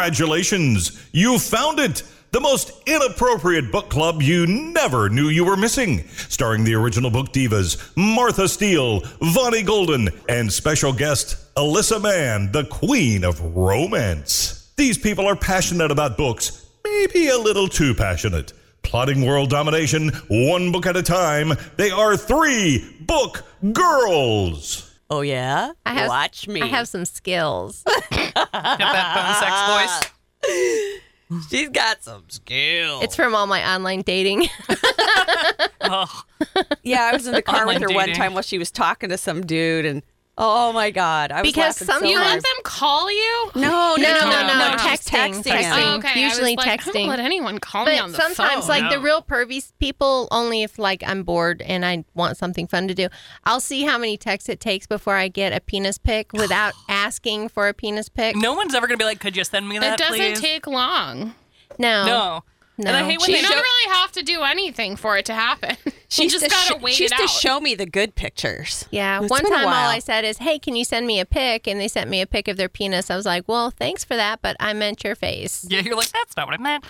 Congratulations! You found it! The most inappropriate book club you never knew you were missing. Starring the original book divas Martha Steele, Vonnie Golden, and special guest Alyssa Mann, the queen of romance. These people are passionate about books, maybe a little too passionate. Plotting world domination, one book at a time, they are three book girls. Oh yeah, I have, watch me. Oh. I have some skills. that phone sex voice. She's got some skill. it's from all my online dating. Oh, yeah, I was in the car with Online her one dating. time while she was talking to some dude, and oh my god, I was Because laughing some so you You hard. are- let them call you? no, no, no, no, no, no, no, just texting, texting. texting. Oh, okay. Usually I was like, I texting. don't let anyone call me on But the sometimes, phone. like the No. real pervy s- people, only if like I'm bored and I want something fun to do, I'll see how many texts it takes before I get a penis pic without asking for a penis pic. no one's ever gonna be like, could you send me that? it doesn't please? take long. no, No. no. And I hate when You they don't show- really have to do anything for it to happen. you just used to gotta sh- wait She it used to out. show me the good pictures. Yeah, It's one been a time all while. I said is, "Hey, can you send me a pic?" And they sent me a pic of their penis. I was like, "Well, thanks for that, but I meant your face." Yeah, you're like, that's not what I meant.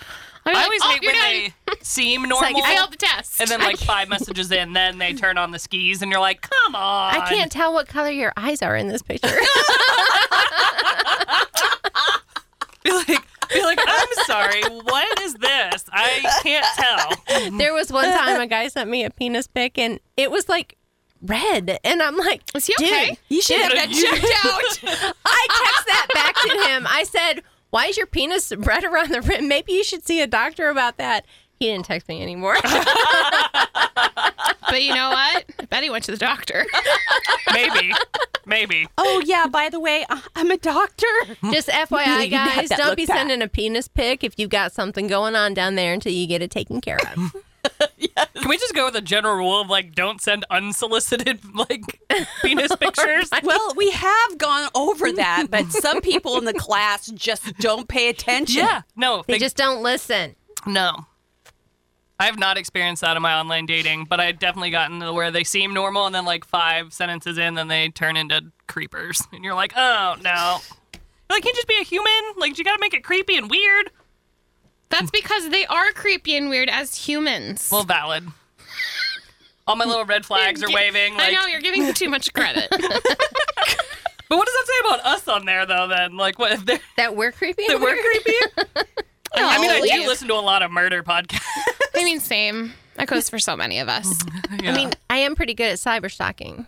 I'm I like, always "Oh, hate you're when done. they seem like, normal. You failed the test. and then like five messages in, then they turn on the skis, and you're like, come on. I can't tell what color your eyes are in this picture. Be like, be like, I'm sorry. What is this? I can't tell. there was one time a guy sent me a penis pic, and it was like red, and I'm like, Is he "Dude, okay?" You should have Yeah, that you- checked out. I text that back to him. I said, "Why is your penis red around the rim? Maybe you should see a doctor about that." He didn't text me anymore. but you know what? I bet he went to the doctor. Maybe, maybe. oh yeah, by the way, I- I'm a doctor. Just You FYI, had guys, that don't look be back. sending a penis pic if you got something going on down there until you get it taken care of. Can we just go with a general rule of like, don't send unsolicited like penis pictures? Well, we have gone over that, but some people in the class just don't pay attention. Yeah, no, They they- just don't listen. no. I have not experienced that in my online dating, but I've definitely gotten to where they seem normal, and then like five sentences in, then they turn into creepers, and you're like, oh no. You're Like, can you just be a human? Like, you gotta make it creepy and weird. That's because they are creepy and weird as humans. Well, valid. All my little red flags are waving. Like, I know you're giving them too much credit. But what does that say about us on there, though? Then, like, what if they're, That we're creepy. that we're creepy? I mean, I Holy. do listen to a lot of murder podcasts. I mean, same. That goes for so many of us. Yeah. I mean, I am pretty good at cyber stalking.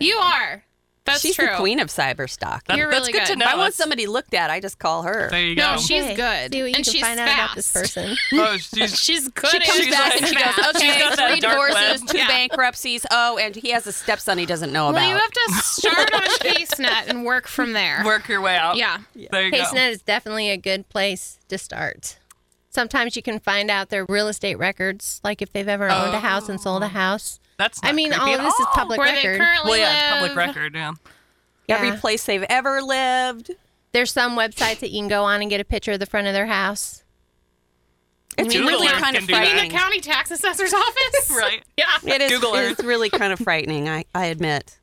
You are. That's She's true. the queen of cyberstock. That- you're that's really good, to good. know. I want That's- somebody looked at. I just call her. There you No, go. she's Hey, good. see what you and can she's find out fast. about this person. oh, she's She's good. She comes back and she goes, fast. "Okay, got that three dark web. divorces, two Yeah. bankruptcies. Oh, and he has a stepson he doesn't know about. Well, you have to start on CaseNet and work from there. work your way out. Yeah. There you go. CaseNet is definitely a good place to start. Sometimes you can find out their real estate records, like if they've ever owned a house and sold a house. That's. I not mean, creepy all at of this is public Where record. they currently Well, yeah, it's public live. uh, record. Yeah. Every Yeah. place they've ever lived. There's some websites that you can go on and get a picture of the front of their house. It's Google really Earth kind of can do that. frightening. County tax assessor's office. Right. Yeah. It is, Google it is really kind of frightening, I, I admit.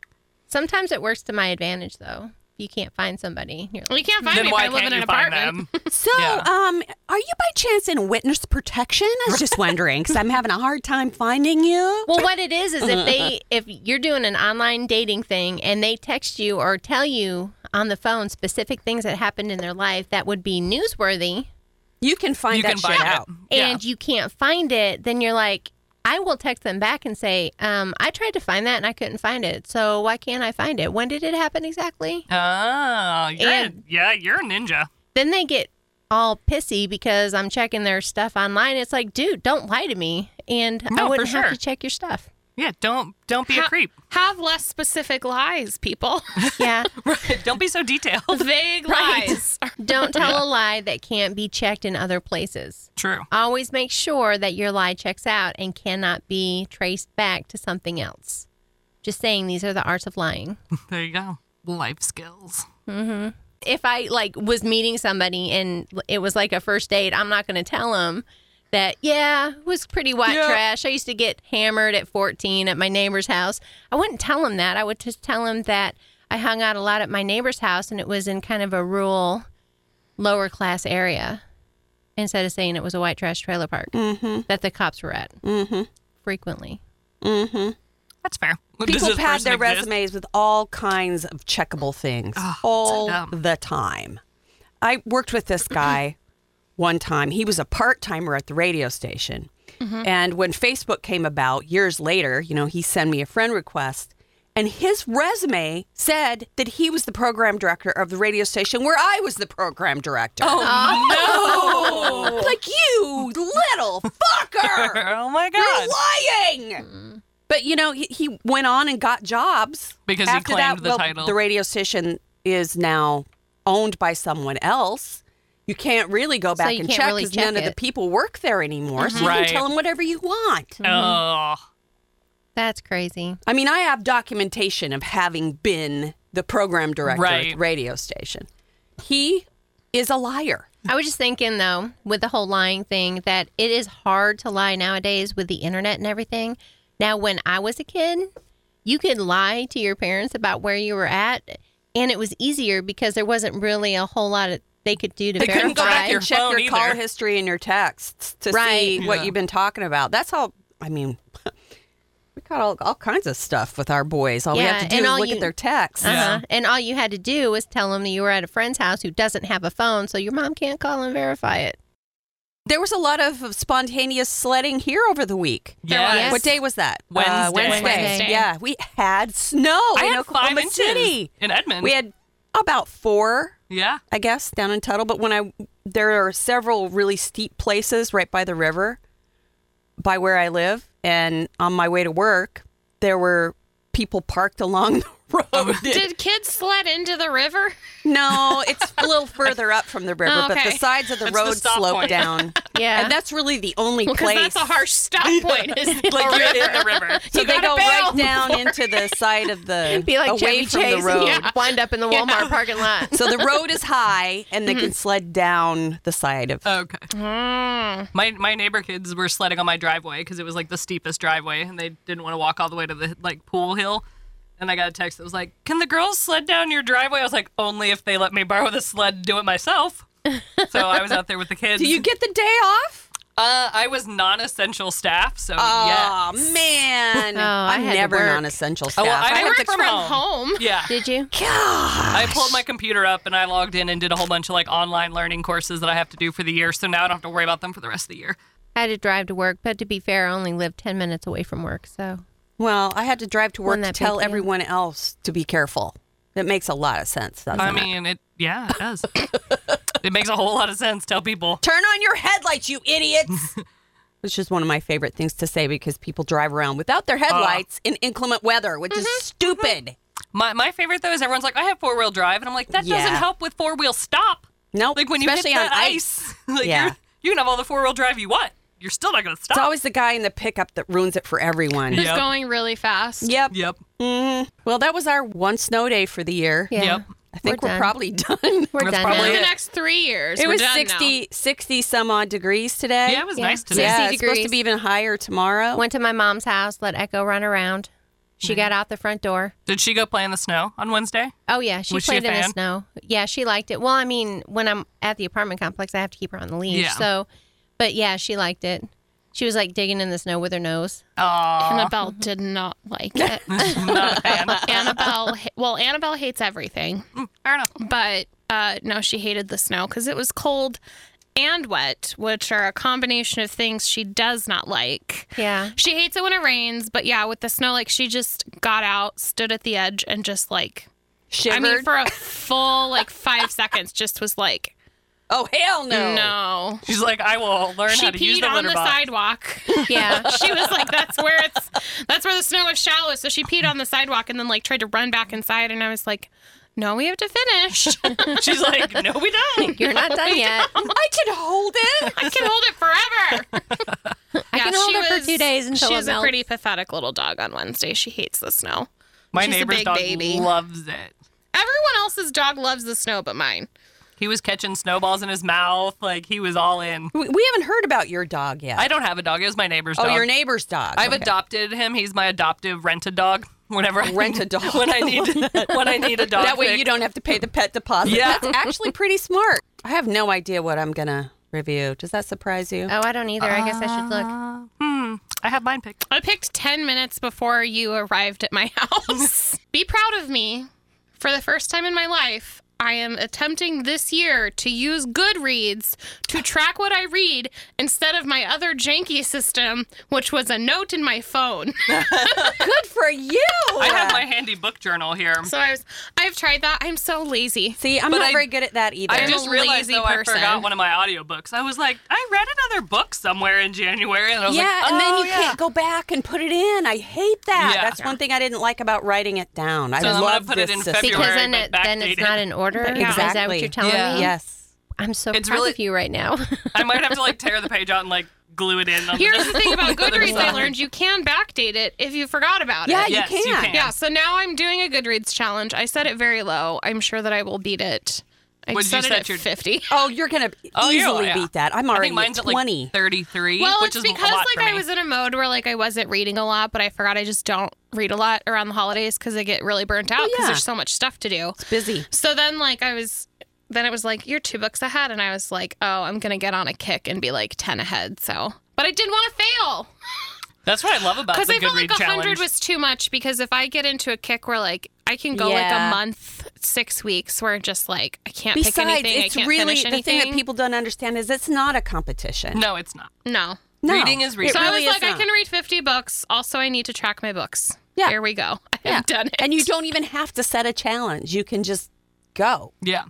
Sometimes it works to my advantage, though. If you can't find somebody, you're like, You can't find Then me why if I live can't in an you find apartment. them? So, Yeah. um, are you by chance in witness protection? I was just wondering because I'm having a hard time finding you. Well, what it is is if they if you're doing an online dating thing and they text you or tell you on the phone specific things that happened in their life that would be newsworthy You can find You that can shit find out. it. Yeah. and you can't find it, then you're like, I will text them back and say, um, I tried to find that and I couldn't find it. So why can't I find it? When did it happen exactly? Oh, you're a- And- yeah, you're a ninja. Then they get all pissy because I'm checking their stuff online. It's like, dude, don't lie to me. And I No, for wouldn't have sure. to check your stuff. Yeah, don't don't be a Ha- creep. Have less specific lies, people. Yeah. don't be so detailed. Vague lies. Don't tell a lie that can't be checked in other places. True. Always make sure that your lie checks out and cannot be traced back to something else. Just saying, these are the arts of lying. There you go. Life skills. If I like was meeting somebody and it was like a first date, I'm not going to tell them that yeah, it was pretty white Yeah. trash. I used to get hammered at 14 at my neighbor's house. I wouldn't tell them that. I would just tell them that I hung out a lot at my neighbor's house and it was in kind of a rural lower class area instead of saying it was a white trash trailer park that the cops were at mm-hmm. frequently. That's fair. Does People this pad person their exist? Ah, resumes with all kinds of checkable things all the time. I worked with this guy one time. He was a part timer at the radio station. Mm-hmm. And when Facebook came about years later, you know, he sent me a friend request. And his resume said that he was the program director of the radio station where I was the program director. Oh, no. like, you little fucker. Oh my god! You're lying. Mm-hmm. But you know, he, he went on and got jobs Because he after claimed that. the well, title. The radio station is now owned by someone else. You can't really go back you and can't check really because none check of the it. people work there anymore. So you Right. can tell them whatever you want. Mm-hmm. Oh, That's crazy. I mean, I have documentation of having been the program director at Right. the radio station. He is a liar. I was just thinking though, with the whole lying thing, that it is hard to lie nowadays with the internet and everything. Now, when I was a kid, you could lie to your parents about where you were at, and it was easier because there wasn't really a whole lot of they could do to They verify. couldn't go back your and check phone your call either. history and your texts to see Right. what Yeah. you've been talking about. That's how. I mean, we got all, all kinds of stuff with our boys. All we Yeah, have to do and is all look you- at their texts. Yeah. Uh-huh. And all you had to do was tell them that you were at a friend's house who doesn't have a phone, so your mom can't call and verify it. There was a lot of spontaneous sledding here over the week. yeah. Yes. What day was that? Uh, Wednesday. Wednesday. Wednesday. Yeah, we had snow I in had Oklahoma five inches City. in Edmond. We had about four yeah. I guess, down in Tuttle. But when I there are several really steep places right by the river, by where I live, and on my way to work, there were people parked along the Oh, road. Did kids sled into the river? no, it's a little further up from the river, but the Okay. sides of the That's the road stop slope point. down. Yeah. and that's really the only Because place. that's a harsh stop point. Is Or like right in the river. so they gotta go bail right down into the side of the Be like away Chevy from Chase the road. and you'd wind up in the Walmart parking lot. So the road is high, and they can sled down the side of Okay. My my neighbor kids were sledding on my driveway because it was like the steepest driveway, and they didn't want to walk all the way to the like pool hill. And I got a text that was like, "Can the girls sled down your driveway?" I was like, "Only if they let me borrow the sled and do it myself." so I was out there with the kids. Do you get the day off? Uh, I was non-essential staff, so Oh yes. man, Oh, I I'm had to never work. non-essential staff. well, I I work work from from home. home. Yeah. Did you? I pulled my computer up and I logged in and did a whole bunch of like online learning courses that I have to do for the year. So now I don't have to worry about them for the rest of the year. I had to drive to work, but to be fair, I only lived 10 minutes away from work, so. well, I had to drive to work Wouldn't to that be tell cute? everyone else to be careful. That makes a lot of sense. Doesn't I it? mean, it yeah, it does. it makes a whole lot of sense. Tell people. turn on your headlights, you idiots. Which is one of my favorite things to say because people drive around without their headlights in inclement weather, which is Mm-hmm. stupid. My my favorite though is everyone's like, I have four wheel drive, and I'm like, that doesn't Yeah. help with four wheel stop. No, Like when you especially hit on that ice, like Yeah. you're, you can have all the four wheel drive you want. You're still not gonna stop. It's always the guy in the pickup that ruins it for everyone. Yeah. It's going really fast. Yep. yep, Well, that was our one snow day for the year. Yeah. yep. I think We're we're, done. probably done. We're That's done probably For now. the it. next three years. It We're was done now. 60, 60 some odd degrees today. Yeah, it was Yeah. nice today. yeah, 60 it's supposed to degrees. be even higher tomorrow. Went to my mom's house, let Echo run around. Mm-hmm. She got out the front door. Did she go play in the snow on Wednesday? Oh yeah, she Was she a played in the fan? snow. Yeah, she liked it. Well, I mean, when I'm at the apartment complex, I have to keep her on the leash. Yeah. So, but yeah, she liked it. She was like digging in the snow with her nose. Oh, Annabelle did not like it. not a fan. Annabelle, ha- well, Annabelle hates everything, Fair enough. but uh, no, she hated the snow because it was cold and wet, which are a combination of things she does not like. Yeah. She hates it when it rains, but yeah, with the snow, like she just got out, stood at the edge, and just like, Shivered. I mean, for a full like five seconds, just was like, oh hell no! no. She's like, I will learn She how to use peed the on litter the box. sidewalk. Yeah. she was like, "That's where it's, that's where the snow is shallow." So she peed on the sidewalk and then like tried to run back inside, and I was like, "No, we have to finish. I She's like, no, we don't. You're not done yet. I can hold it. can hold it forever." I Yeah, can hold she it for was- two days until she it was a melts. pretty pathetic little dog on Wednesday. She hates the snow. My She's a neighbor's big dog baby. loves it. Everyone else's dog loves the snow, but mine. He was catching snowballs in his mouth. Like he was all in. We, we haven't heard about your dog yet. I don't have a dog. It was my neighbor's oh, dog. your neighbor's dog. I've Okay. adopted him. He's my adoptive rent a dog. Whenever I Rent a dog. when I need when I need a dog. That way pick. you don't have to pay the pet deposit. Yeah. That's actually pretty smart. I have no idea what I'm gonna review. Does that surprise you? Oh, I don't either. I guess I should Ah. look. I have mine picked. I picked 10 minutes before you arrived at my house. Be proud of me. For the first time in my life, I am attempting this year to use Goodreads to track what I read instead of my other janky system, which was a note in my phone. Good for you. I have my handy book journal here. so I was, I've tried that. I'm so lazy. See, I'm But not I- very good at that either. I just a realized lazy though person. I forgot one of my audiobooks. I was like, I read another book somewhere in January, and I was yeah, like, oh, and then you yeah. can't go back and put it in. I hate that. Yeah. That's one thing I didn't like about writing it down. I So I'm gonna love put this it in system. February. Because then, but it, then it's backdated. not in order. Yeah. Is that what you're telling Yeah. Um, me? Yes. I'm so It's proud really- of you right now. I might have to like tear the page out and like glue it in. On Here's the thing about other Goodreads I side. learned you can backdate it if you forgot about Yeah, it. you Yes, can. you can. Yeah, so now I'm doing a Goodreads challenge. I set it very low. I'm sure that I will beat it. I What'd you set it set at your- 50. Oh, you're gonna Oh, you're- easily yeah. beat that. I'm I already think mine's at at like 23. 33. Well, which it's is because a lot like for me. I was in a mode where like I wasn't reading a lot, but I forgot I just don't read a lot around the holidays because I get really burnt out because yeah. there's so much stuff to do. Busy. So then like I was, then it was like you're two books ahead, and I was like, oh, I'm gonna get on a kick and be like ten ahead. So, but I didn't want to fail. That's what I love about Because the I felt Goodread like a hundred challenge. was too much. Because if I get into a kick where like I can go like Yeah. a month, six weeks, where just like I can't pick Besides, anything, it's I can't really finish the anything. thing that people don't understand is it's not a competition. no, it's not. no. No. Reading is reading. So It I really was is like, I not. can read fifty books. Also, I need to track my books. Yeah. Here we go. I've Yeah. done it. And you don't even have to set a challenge. You can just go. Yeah.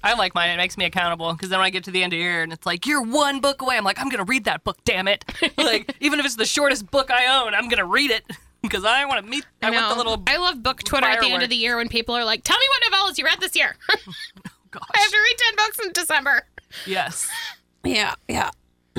I like mine. It makes me accountable because then when I get to the end of the year and it's like, you're one book away, I'm like, I'm going to read that book, damn it. like, even if it's the shortest book I own, I'm going to read it because I want to meet, I, want the know. little, I love book Twitter at the end firework. of the year when people are like, "Tell me what novellas you read this year." I gosh, have to read ten books in December. yes. Yeah, yeah.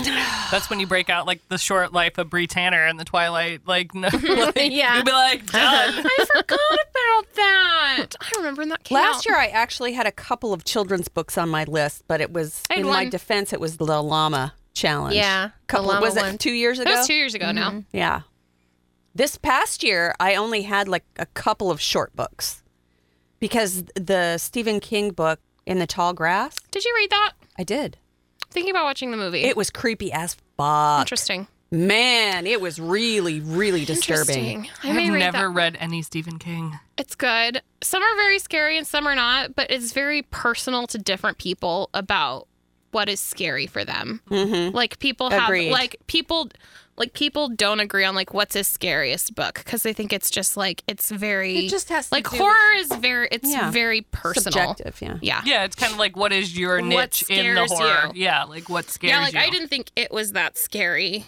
That's when you break out like the short life of Brie Tanner and the Twilight. Like, no, like, Yeah. you'll be like, done. I forgot about that. I remember that came Last out. year, I actually had a couple of children's books on my list, but it was I had in my one. defense, it was the llama challenge. Yeah, the couple. llama was it one. two years ago? Mm-hmm. That was two years ago now. Yeah. This past year, I only had like a couple of short books because the Stephen King book in the tall grass, Did you read that? I did. Thinking about watching the movie. It was creepy as fuck. Interesting. Man, it was really, really disturbing. Interesting. I I've may read never that. read any Stephen King. It's good. Some are very scary and some are not, but it's very personal to different people about what is scary for them. Mm-hmm. Like people have Agreed. like people like people don't agree on like what's his scariest book because they think it's just like it's very It just has to like do horror is very it's Yeah. very personal. Subjective, yeah. Yeah. Yeah, it's kind of like, what is your niche in the scares horror? you? Yeah, like what scares Yeah, like you? I didn't think it was that scary.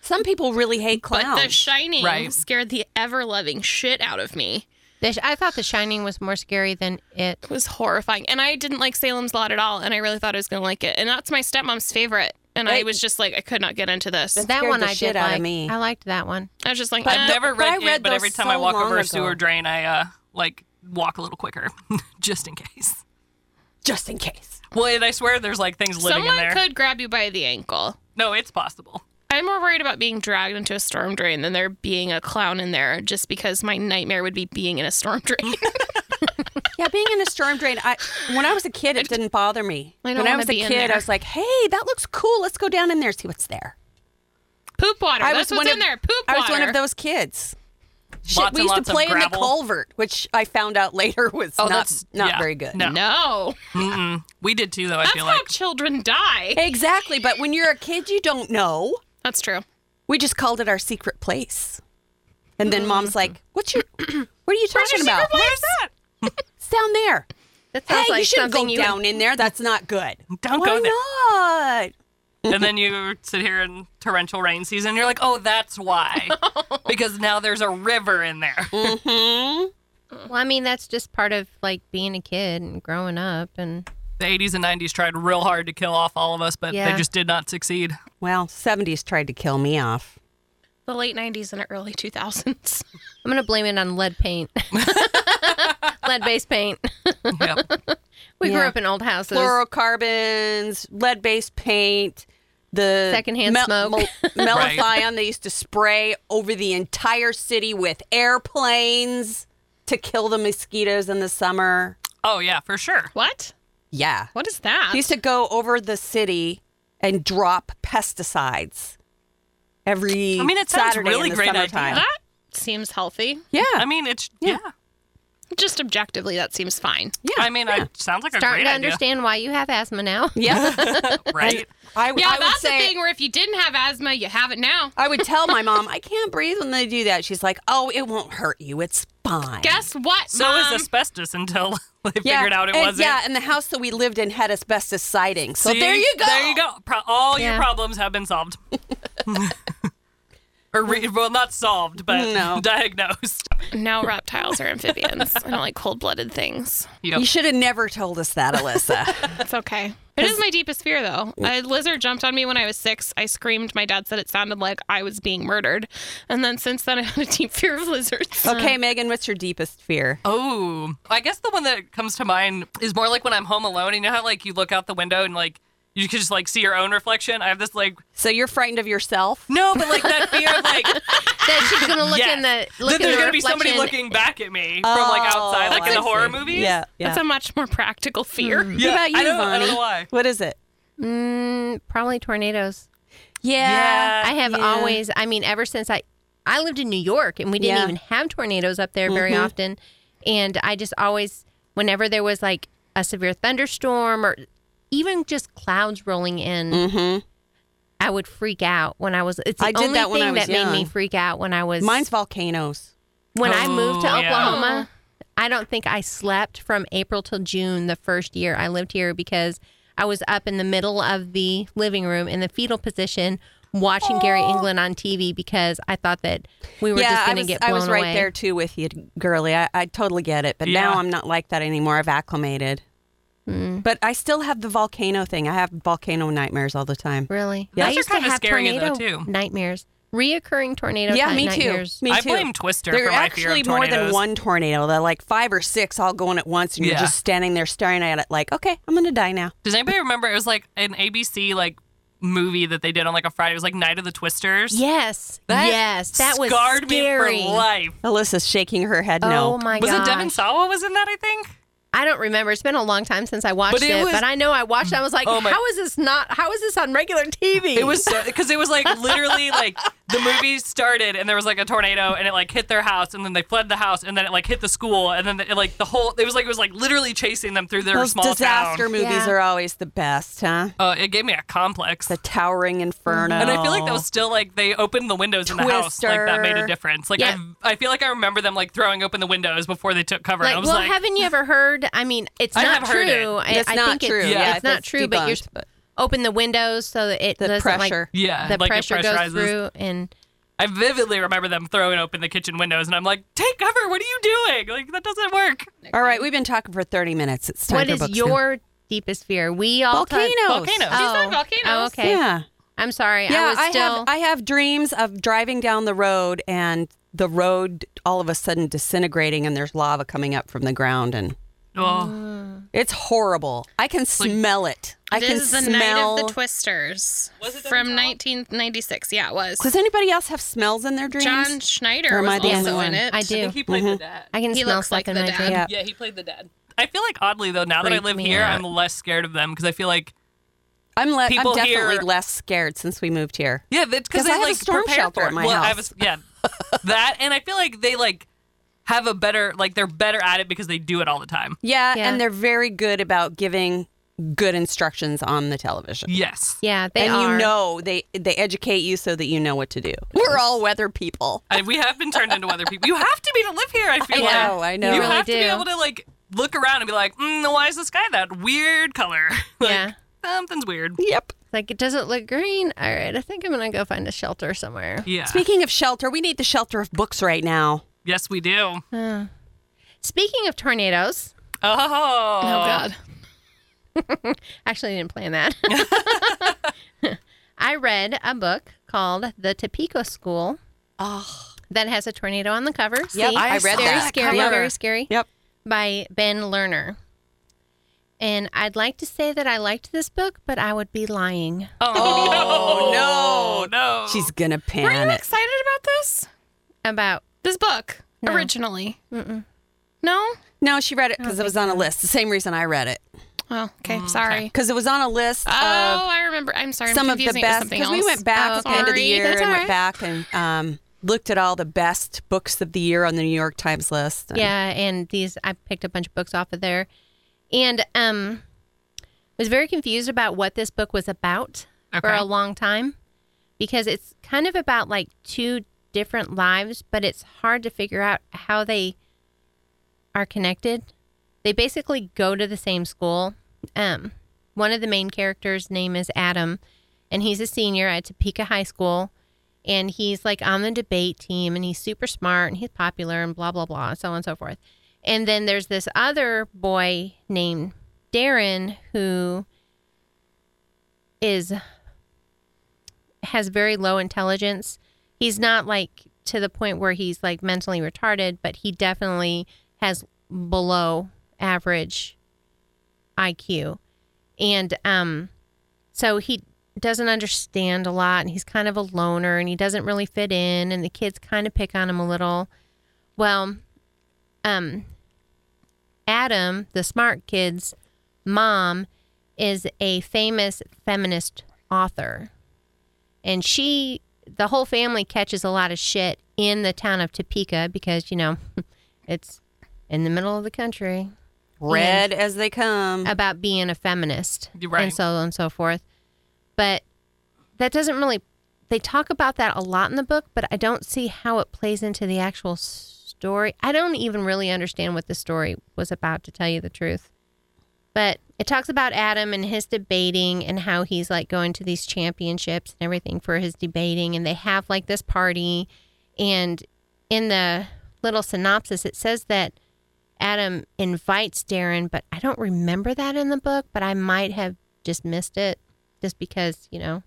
Some people really hate But clowns. The Shining Right. scared the ever loving shit out of me. The sh- I thought The Shining was more scary than it. It was horrifying. And I didn't like Salem's Lot at all. And I really thought I was going to like it. And that's my stepmom's favorite. And I Wait. was just like, I could not get into this. That scared one the I did shit like. out of me. I liked that one. I was just like, I've eh. never but I read it, read but those every time I so walk long over a ago. sewer drain, I uh, like walk a little quicker, just in case. just in case. Well, and I swear there's like things living in someone there. could grab you by the ankle. No, it's possible. I'm more worried about being dragged into a storm drain than there being a clown in there just because my nightmare would be being in a storm drain. Yeah, being in a storm drain. I when I was a kid, it didn't bother me. I don't when I wanna was a be in kid, there. I was like, "Hey, that looks cool. Let's go down in there see what's there." Poop water. I that's was what's one in of, there. Poop I water. was one of those kids. Shit, Lots we and used lots to of play in the gravel. culvert, which I found out later was not that's- not yeah, very good. no. No. We did too, though. I That's feel how like children die. Exactly, but when you're a kid, you don't know. That's true. We just called it our secret place. And then mom's like, "What's your What are you talking about? where's that? It's down there." That Hey, sounds like you shouldn't go something you would- down in there. That's not good. Don't Why go there. not? and then you sit here in torrential rain season. And you're like, oh, that's why, because now there's a river in there. Well, I mean, that's just part of like being a kid and growing up, and the 80s and 90s tried real hard to kill off all of us, but Yeah. they just did not succeed. Well, 70s tried to kill me off. The late 90s and early 2000s. I'm gonna blame it on lead paint, lead based paint. Yep. We grew Yeah. up in old houses. fluorocarbons, lead based paint, the Secondhand smoke. melathion Right. they used to spray over the entire city with airplanes to kill the mosquitoes in the summer. Oh yeah, for sure. What? Yeah. What is that? He used to go over the city and drop pesticides every I mean, it sounds Saturday really in the great idea. summertime. that seems healthy. Yeah. I mean, it's yeah. Just objectively, that seems fine. yeah. I mean, it sounds like a Starting great to idea, understand why you have asthma now. yeah. right? I, Yeah, I would that's say, the thing where if you didn't have asthma, you have it now. I would tell my mom, I can't breathe when they do that. She's like, oh, it won't hurt you. It's fine. Guess what? So Mom? is asbestos until they yeah. figured out it and, wasn't. Yeah, and the house that we lived in had asbestos siding. So See? there you go. There you go. Pro- all Yeah. your problems have been solved. or re- well, not solved, but No. diagnosed. Now reptiles are amphibians. I don't like cold-blooded things. Yep. You should have never told us that, Alyssa. It's okay. It is my deepest fear, though. A lizard jumped on me when I was six. I screamed. My dad said it sounded like I was being murdered. And then since then, I had a deep fear of lizards. okay, Megan, what's your deepest fear? Oh, I guess the one that comes to mind is more like when I'm home alone. You know how like you look out the window and like you can just like see your own reflection. I have this like So you're frightened of yourself? no, but like that fear of like that she's gonna look in yes, the look that in there's the gonna be somebody reflection. looking back at me from like outside, like in the Oh, I horror see. movies. Yeah, yeah. That's a much more practical fear. Yeah, What about you, I don't, Bonnie? I don't know why. What is it? Mm, probably tornadoes. Yeah. I have Yeah. always. I mean, ever since I I lived in New York and we didn't Yeah. Mm-hmm. even have tornadoes up there very often, and I just always whenever there was like a severe thunderstorm or even just clouds rolling in. I would freak out when I was. It's the Mm-hmm. I did only that when thing I was that made me young. freak out when I was. Mine's volcanoes. when I moved to Oh, yeah. Oklahoma, I don't think I slept from April till June the first year I lived here because I was up in the middle of the living room in the fetal position watching Gary England on TV because I thought that we were just I going to was, get blown I was right away. there too with you, girly. I, I totally get it, but now Yeah. Hmm. I'm not like that anymore. I've acclimated. But I still have the volcano thing. I have volcano nightmares all the time. Really, Those I are used kinda to have scary, though, tornado too. nightmares, reoccurring tornado. Yeah, type me too. nightmares. Me I too. blame Twister There for are my fear of actually more than tornadoes. one tornado. They're like five or six all going at once, and you're Yeah. just standing there staring at it, like, okay, I'm gonna die now. Does anybody remember? It was like an ABC like movie that they did on like a Friday. It was like Night of the Twisters. Yes, That yes, that was scarred scary. me for life. Alyssa's shaking her head. Oh No, my was gosh. it Devin Sawa was in that? I think. I don't remember. It's been a long time since I watched But it, it was- but I know I watched. it. I was like, Oh my- "How is this not? How is this on regular TV?" It was because it was like literally like the movie started and there was like a tornado and it like hit their house and then they fled the house and then it like hit the school and then it, like the whole it was like it was like literally chasing them through their those small disaster town. movies Yeah. are always the best, huh? Uh, it gave me a complex. The towering inferno. And I feel like that was still like they opened the windows in the house, like that made Twister. a difference. Like Yeah. I, I feel like I remember them like throwing open the windows before they took cover. and Like, I was well, like, haven't you ever heard? I mean, it's I not have true. heard it. I, It's I not think true. It's, Yeah, it's not that's true. But you're debunked, s- but- open the windows so that it The doesn't pressure. like Yeah, the like it pressure goes pressurizes. through and I vividly remember them throwing open the kitchen windows, and I'm like, "Take cover! What are you doing? Like that doesn't work." All right, we've been talking for 30 minutes. It's time what for is books now. your deepest fear? We all talk- volcanoes? Volcanoes. Oh, said volcanoes. oh, okay. Yeah. I'm sorry. I Yeah, was I, still. have I have dreams of driving down the road and the road all of a sudden disintegrating and there's lava coming up from the ground and Oh, it's horrible. I can smell it. I this can is the smell. night of the twisters Was it Devin from Sawa? 1996. Yeah, it was. Does anybody else have smells in their dreams? John Schneider Or am was I the also only in one? it. I do. he played the dad. I can He smell looks stuff like in the my dad. dream. Yeah. Yeah, he played the dad. I feel like oddly though, now that I Freaked live me here, out. I'm less scared of them because I feel like I'm, le- I'm People definitely here- less scared since we moved here. yeah, because 'Cause they I have a like storm prepare shelter for at it. my well, I house. was- yeah, that, and I feel like they like have a better like they're better at it because they do it all the time. Yeah, Yeah. and they're very good about giving good instructions on the television. Yes, Yeah, they and are. you know they they educate you so that you know what to do. We're all weather people. I, we have been turned into other people. You have to be to live here. I feel like know, I know. you You really have to be do. able to like look around and be like, mm, why is the sky that weird color? like, Yeah. something's weird. Yep. Like it doesn't look green. All right, I think I'm gonna go find a shelter somewhere. Yeah. Speaking of shelter, we need the shelter of books right now. yes, we do. Oh, Uh, Speaking of tornadoes, Oh God. Actually, I didn't plan that. I read a book called The Topeka School that has a tornado on the cover. Yeah, Yep, I read very that Scary, cover. Very scary. Yep. By Ben Lerner. And I'd like to say that I liked this book, but I would be lying. Oh. Oh, no, no. She's gonna pan Were you it. excited about this? About This book originally. No. No, she read it because it was on a list. The same reason I read it. Well, okay, Mm, sorry. because it was on a list Oh, of I remember. I'm sorry. I'm Uh, some of the confusing it with best. something Because we else. went back Oh, at the end of the sorry. year That's and all went right. back and um, looked at all the best books of the year on the New York Times list. And Yeah, and these I picked a bunch of books off of there, and um, was very confused about what this book was about for Okay. a long time, because it's kind of about like two different lives, but it's hard to figure out how they are connected. They basically go to the same school. Um, one of the main characters' name is Adam, and he's a senior at Topeka High School and he's like on the debate team and he's super smart and he's popular and blah blah blah and so on and so forth and then there's this other boy named darren who is has very low intelligence he's not like to the point where he's like mentally retarded but he definitely has below average iq and um so he doesn't understand a lot and he's kind of a loner and he doesn't really fit in and the kids kind of pick on him a little well um adam the smart kid's mom is a famous feminist author and she the whole family catches a lot of shit in the town of topeka because you know it's in the middle of the country Red as they come. about being a feminist Right. and so on and so forth. But that doesn't really they talk about that a lot in the book, but I don't see how it plays into the actual story. I don't even really understand what the story was about to tell you the truth. But it talks about Adam and his debating and how he's like going to these championships and everything for his debating. And they have like this party. And in the little synopsis, it says that Adam invites Darren, but I don't remember that in the book, but I might have just missed it just because, you know,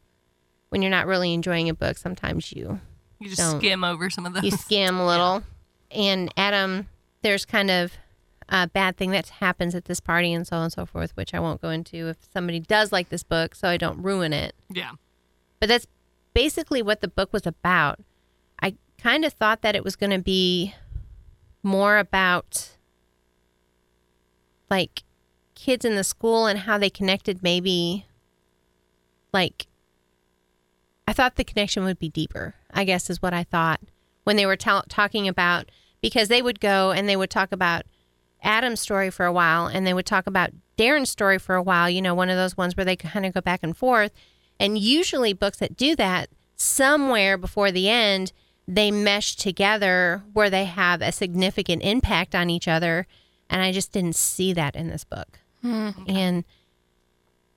when you're not really enjoying a book, sometimes you You just Don't. skim over some of those. you skim a little. And Adam, there's kind of a bad thing that happens at this party and so on and so forth, which I won't go into if somebody does like this book, so I don't ruin it. yeah. But that's basically what the book was about. I kind of thought that it was going to be more about like kids in the school and how they connected, maybe like I thought the connection would be deeper, I guess is what I thought when they were ta- talking about because they would go and they would talk about Adam's story for a while and they would talk about Darren's story for a while, you know, one of those ones where they kind of go back and forth. And usually books that do that somewhere before the end, they mesh together where they have a significant impact on each other. And I just didn't see that in this book. And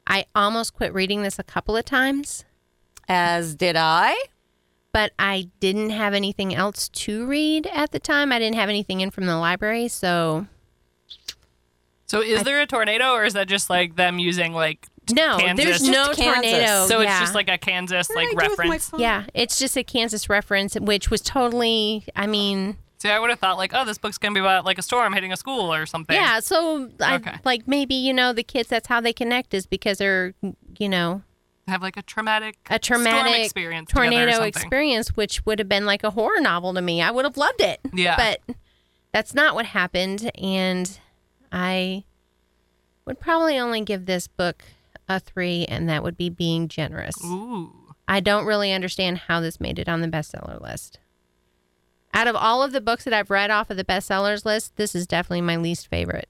I almost quit reading this a couple of times As did I. but I didn't have anything else to read at the time. I didn't have anything in from the library, so So is there a tornado or is that just like them using like no, Kansas? there's no Just Kansas. tornado. So it's yeah. just like a Kansas like Oh, What did I do with my reference. phone? yeah, it's just a Kansas reference, which was totally. I mean, So I would have thought like, oh, this book's gonna be about like a storm hitting a school or something. yeah. So Okay. I like maybe you know the kids. That's how they connect is because they're you know Have like a traumatic a storm traumatic experience together or tornado something. experience, which would have been like a horror novel to me. I would have loved it. Yeah. But that's not what happened. And I would probably only give this book a three, and that would be being generous. Ooh. I don't really understand how this made it on the bestseller list. Out of all of the books that I've read off of the bestsellers list, this is definitely my least favorite.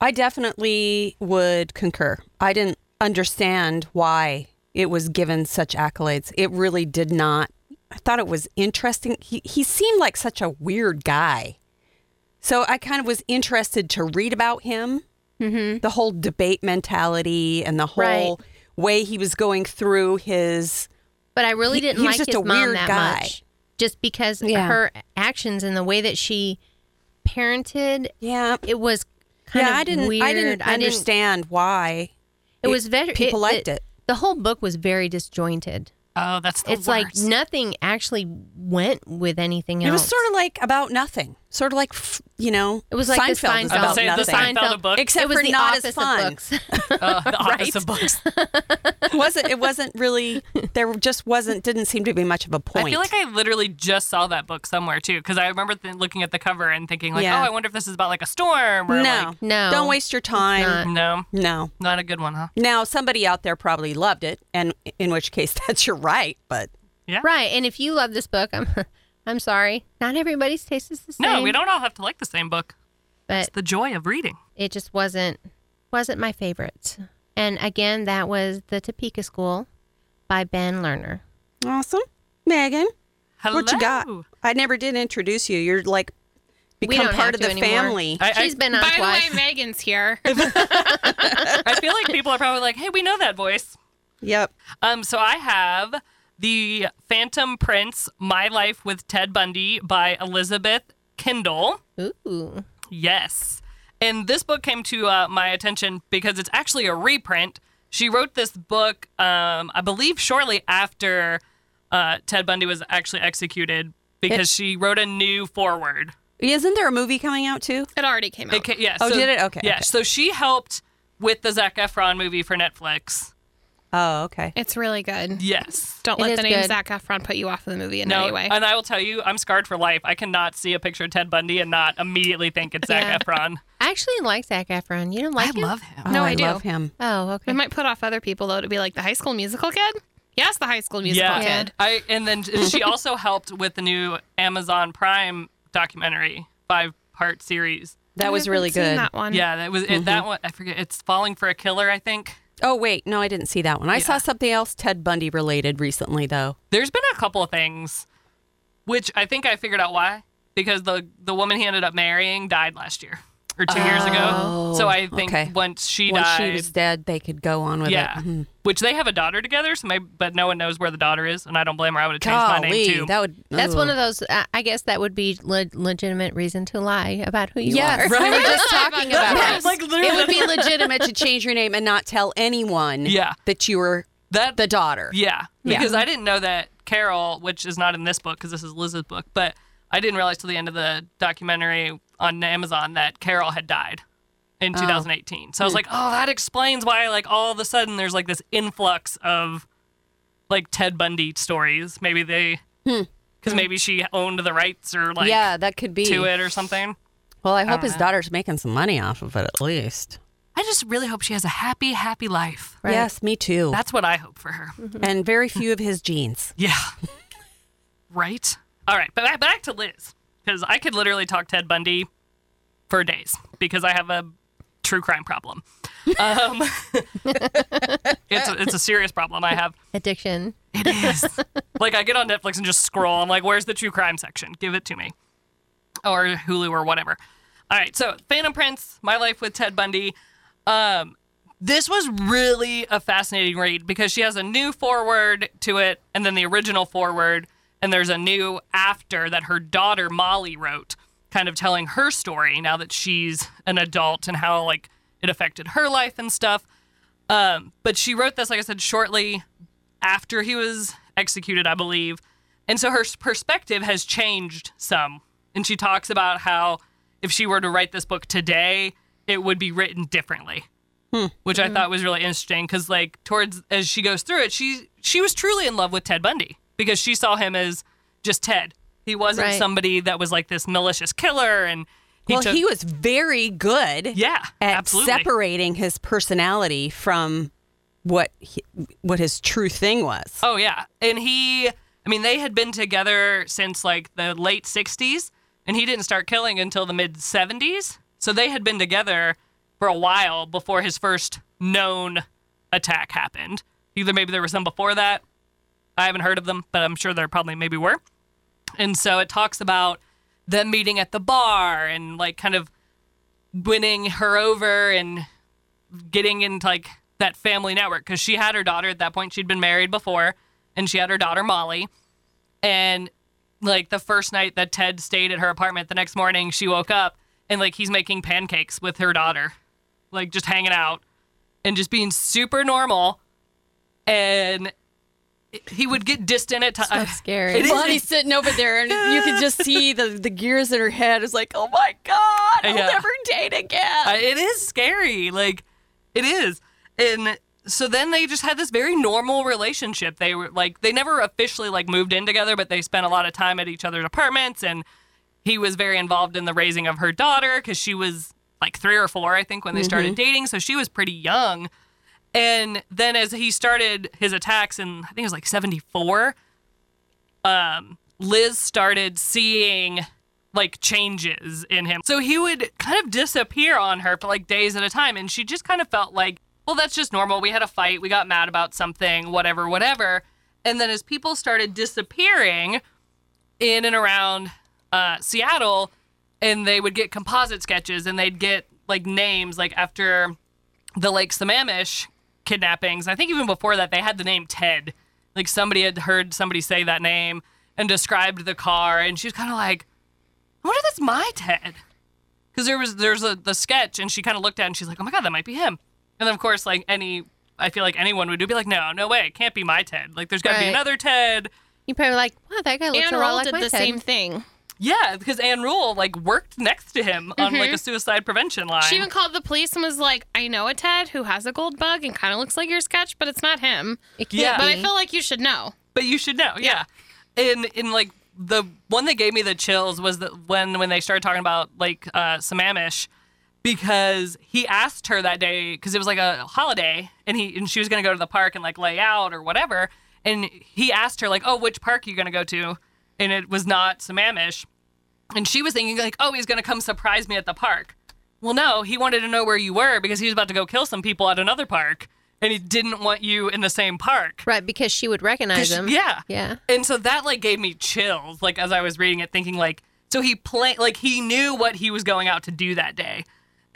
I definitely would concur. I didn't understand why it was given such accolades. It really did not. I thought it was interesting. He, he seemed like such a weird guy. So I kind of was interested to read about him, Mm-hmm. the whole debate mentality and the whole way he was going through his. But I really He- didn't he was like just his a mom weird that guy. much, just because Yeah. her actions and the way that she parented. Yeah. It was kind Yeah, of I didn't. weird. I didn't understand why. it was very people liked it. The whole book was very disjointed. Oh, that's the it's worst. like nothing actually went with anything It else. was sort of like about nothing. Sort of like, f- you know, It was like the Seinfeld is Seinfeld- about I'd say the nothing. Seinfeld of books. Except it was for the not office as of fun. books. Uh, the office of books. wasn't it wasn't really there just wasn't didn't seem to be much of a point. I feel like I literally just saw that book somewhere too, because I remember th- looking at the cover and thinking like, Yeah. "Oh, I wonder if this is about like a storm." Or, no, No. don't waste your time. like, no, No. not a good one, huh? Now somebody out there probably loved it, and in which case that's your right. But Right. And if you love this book, I'm I'm sorry. Not everybody's taste is the same. No, we don't all have to like the same book. But Uh, It's the joy of reading. it just wasn't wasn't my favorite. And again, that was The Topeka School by Ben Lerner. awesome, Megan, Hello. what you got? I never did introduce you. You're like become don't part have of the to anymore. family. I, She's I, been on By twice. the way, Megan's here. I feel like people are probably like, "Hey, we know that voice." Yep. Um, so I have the Phantom Prince: My Life with Ted Bundy by Elizabeth Kindle. Ooh. Yes. And this book came to uh, my attention because it's actually a reprint. She wrote this book, um, I believe, shortly after uh, Ted Bundy was actually executed because she wrote a new foreword. Isn't there a movie coming out too? It already came out. It ca- yeah, Oh, so- did it? Okay, Yeah. okay. So she helped with the Zac Efron movie for Netflix. Oh, okay. It's really good. Yes. Don't It let is the name good. Zac Efron put you off of the movie in No, any way. and I will tell you, I'm scarred for life. I cannot see a picture of Ted Bundy and not immediately think it's Zac Yeah. Efron. I actually like Zach Efron. You don't like him? him. No, oh, I do. love him. Oh, It okay. might put off other people though to be like the High School Musical kid. Yes, the High School Musical Yeah. kid. I and then she also helped with the new Amazon Prime documentary, five part series. That I was haven't really seen good. That one. Yeah, that was it, Mm-hmm. that one. I forget. It's Falling for a Killer, I think. Oh wait, no, I didn't see that one. I saw something else Ted Bundy related recently though. There's been a couple of things, which I think I figured out why because the the woman he ended up marrying died last year or two years ago. So I think Oh, okay. once she Once died, she was dead, they could go on with yeah. it. Mhm. Which they have a daughter together, so maybe, but no one knows where the daughter is, and I don't blame her. I would have changed my name Golly, too. that would. That's ugh. one of those. I I guess that would be le- legitimate reason to lie about who you Yes, are. right. We were just talking about Yeah, it. it's like literally it would be legitimate to change your name and not tell anyone Yeah. that you were that the daughter. Yeah, Yeah. because I didn't know that Carol, which is not in this book because this is Liz's book, but I didn't realize till the end of the documentary on Amazon that Carol had died in 2018. So I was like, oh, that explains why like all of a sudden there's like this influx of like Ted Bundy stories. Maybe they because maybe she owned the rights or like yeah, that could be. to it or something. Well, I hope his daughter's making some money off of it at least. I just really hope she has a happy, happy life. Yes, me too. That's what I hope for her. and very few of his genes. Yeah. right? All right, but back, back to Liz, because I could literally talk Ted Bundy for days because I have a true crime problem. Um, it's, a, it's a serious problem I have. Addiction. It is. like, I get on Netflix and just scroll. I'm like, where's the true crime section? Give it to me. Or Hulu or whatever. All right, so Phantom Prince, My Life with Ted Bundy. Um, this was really a fascinating read because she has a new foreword to it and then the original foreword. And there's a new after that her daughter Molly wrote, kind of telling her story now that she's an adult and how like it affected her life and stuff. Um, but she wrote this, like I said, shortly after he was executed, I believe. And so her s- perspective has changed some. And she talks about how if she were to write this book today, it would be written differently. Which Hmm. I thought was really interesting because, like, towards as she goes through it, she she was truly in love with Ted Bundy because she saw him as just Ted. He wasn't Right. somebody that was like this malicious killer, and he well, took, he was very good yeah, at absolutely. separating his personality from what he, what his true thing was. Oh yeah, and he, I mean, they had been together since like the late '60s, and he didn't start killing until the mid '70s. So they had been together for a while before his first known attack happened. Either maybe there were some before that. I haven't heard of them, but I'm sure there probably maybe were. And so it talks about them meeting at the bar and like kind of winning her over and getting into like that family network because she had her daughter at that point. She'd been married before, and she had her daughter Molly. And like the first night that Ted stayed at her apartment, the next morning she woke up and like he's making pancakes with her daughter, like just hanging out and just being super normal. And he would get distant at times. Scary. It is- Bonnie's sitting over there, and you can just see the, the gears in her head. It's like, oh my God, I'll Yeah. never date again. Uh, it is scary. Like, it is. And so then they just had this very normal relationship. They were like, they never officially like moved in together, but they spent a lot of time at each other's apartments. And he was very involved in the raising of her daughter because she was like three or four, I think, when they started dating. So she was pretty young. And then as he started his attacks in, I think it was like 74, um, Liz started seeing like changes in him. So he would kind of disappear on her for like days at a time. And she just kind of felt like, well, that's just normal. We had a fight. We got mad about something, whatever, whatever. And then as people started disappearing in and around uh, Seattle, and they would get composite sketches and they'd get like names, like after the Lake Sammamish kidnappings. I think even before that, they had the name Ted. Like somebody had heard somebody say that name and described the car, and she was kind of like, "I wonder if that's my Ted." Because there was there's a the sketch, and she kind of looked at, it and she's like, "Oh my god, that might be him." And then of course, like any, I feel like anyone would do be like, "No, no way, it can't be my Ted. Like there's got to be Right. another Ted." You probably like, wow, that guy looks Anne a lot Roll like did my the Ted. same thing. Yeah, because Anne Rule like worked next to him on like a suicide prevention line. She even called the police and was like, I know a Ted who has a gold bug and kind of looks like your sketch, but it's not him. It can't Yeah. But I be. feel like you should know. but you should know. Yeah. In in like the one that gave me the chills was that when when they started talking about like uh Sammamish because he asked her that day because it was like a holiday and he and she was gonna go to the park and like lay out or whatever and he asked her like oh which park are you gonna go to and it was not Sammamish and she was thinking like oh he's gonna come surprise me at the park well no he wanted to know where you were because he was about to go kill some people at another park and he didn't want you in the same park right because she would recognize him. yeah. Yeah. And so that like gave me chills, like as I was reading it, thinking like, so he play like he knew what he was going out to do that day.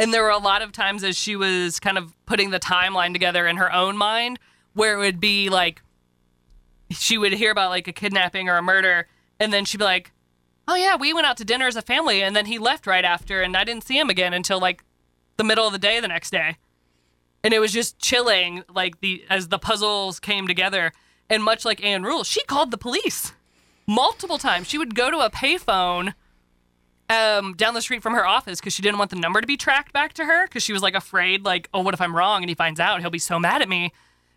And there were a lot of times as she was kind of putting the timeline together in her own mind, where it would be like she would hear about like a kidnapping or a murder, and then she'd be like, Oh yeah, we went out to dinner as a family and then he left right after and I didn't see him again until like the middle of the day the next day and it was just chilling like the as the puzzles came together and much like anne rule she called the police multiple times she would go to a payphone um, down the street from her office because she didn't want the number to be tracked back to her because she was like afraid like oh what if i'm wrong and he finds out he'll be so mad at me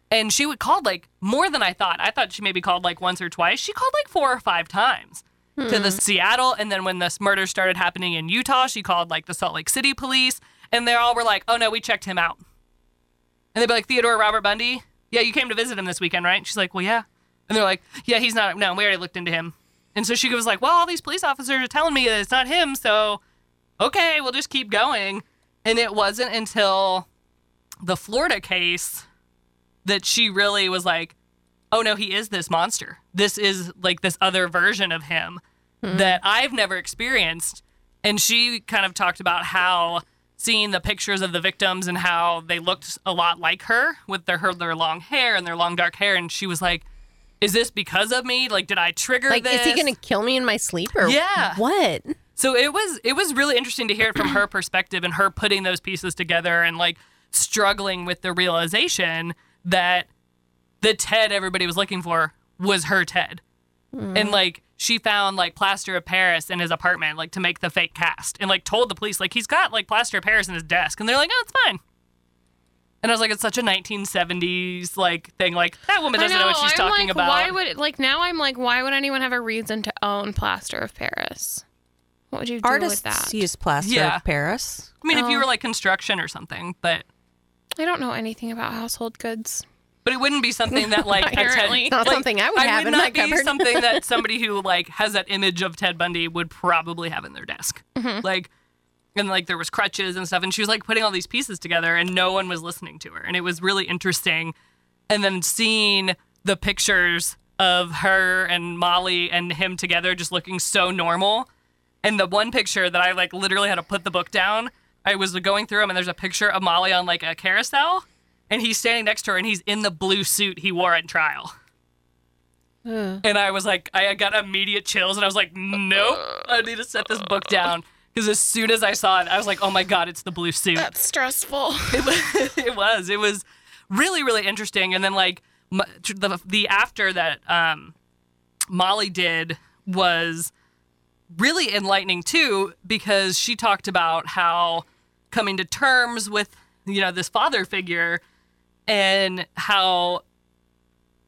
and she would call like more than i thought i thought she maybe called like once or twice she called like four or five times to the seattle and then when this murder started happening in utah she called like the salt lake city police and they all were like oh no we checked him out and they'd be like, Theodore Robert Bundy? Yeah, you came to visit him this weekend, right? And she's like, Well, yeah. And they're like, Yeah, he's not. No, we already looked into him. And so she was like, Well, all these police officers are telling me that it's not him. So, okay, we'll just keep going. And it wasn't until the Florida case that she really was like, Oh, no, he is this monster. This is like this other version of him Hmm. that I've never experienced. And she kind of talked about how seeing the pictures of the victims and how they looked a lot like her with their her their long hair and their long dark hair. And she was like, "Is this because of me? Like, did I trigger Like, this? is he gonna kill me in my sleep or Yeah. what? So it was it was really interesting to hear it from her perspective and her putting those pieces together and like struggling with the realization that the Ted everybody was looking for was her Ted. Hmm. And like she found like plaster of Paris in his apartment like to make the fake cast and like told the police like he's got like plaster of Paris in his desk and they're like, "Oh, it's fine." And I was like, it's such a 1970s like thing. Like that woman doesn't know, what she's I'm talking like, about. Why would like now? I'm like, why would anyone have a reason to own plaster of Paris? What would you do with that? Artists use plaster Yeah. of Paris. I mean, if you Oh. were like construction or something, but I don't know anything about household goods. But it wouldn't be something that like a Apparently. Ted, It's not like, something I would have in not my be cupboard. something that somebody who like has that image of Ted Bundy would probably have in their desk. Mm-hmm. Like, and like there was crutches and stuff, and she was like putting all these pieces together, and no one was listening to her, and it was really interesting. And then seeing the pictures of her and Molly and him together, just looking so normal. And the one picture that I like literally had to put the book down, I was going through them, and there's a picture of Molly on like a carousel, and he's standing next to her, and he's in the blue suit he wore at trial. And I was like, I got immediate chills, and I was like, nope, I need to set this book down. Because as soon as I saw it, I was like, oh my God, it's the blue suit That's stressful. it was it was really really interesting and then like m- tr- the the after that um, Molly did was really enlightening too because she talked about how coming to terms with you know this father figure and how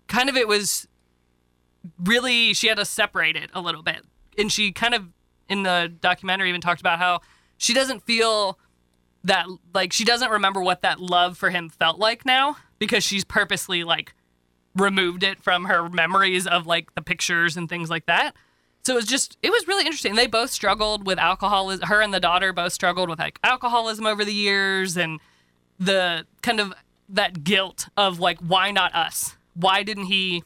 kind of it was really she had to separate it a little bit and she kind of in the documentary even talked about how she doesn't feel that like she doesn't remember what that love for him felt like now because she's purposely like removed it from her memories of like the pictures and things like that. So it was just it was really interesting. They both struggled with alcoholism. Her and the daughter both struggled with like alcoholism over the years and the kind of that guilt of like why not us? Why didn't he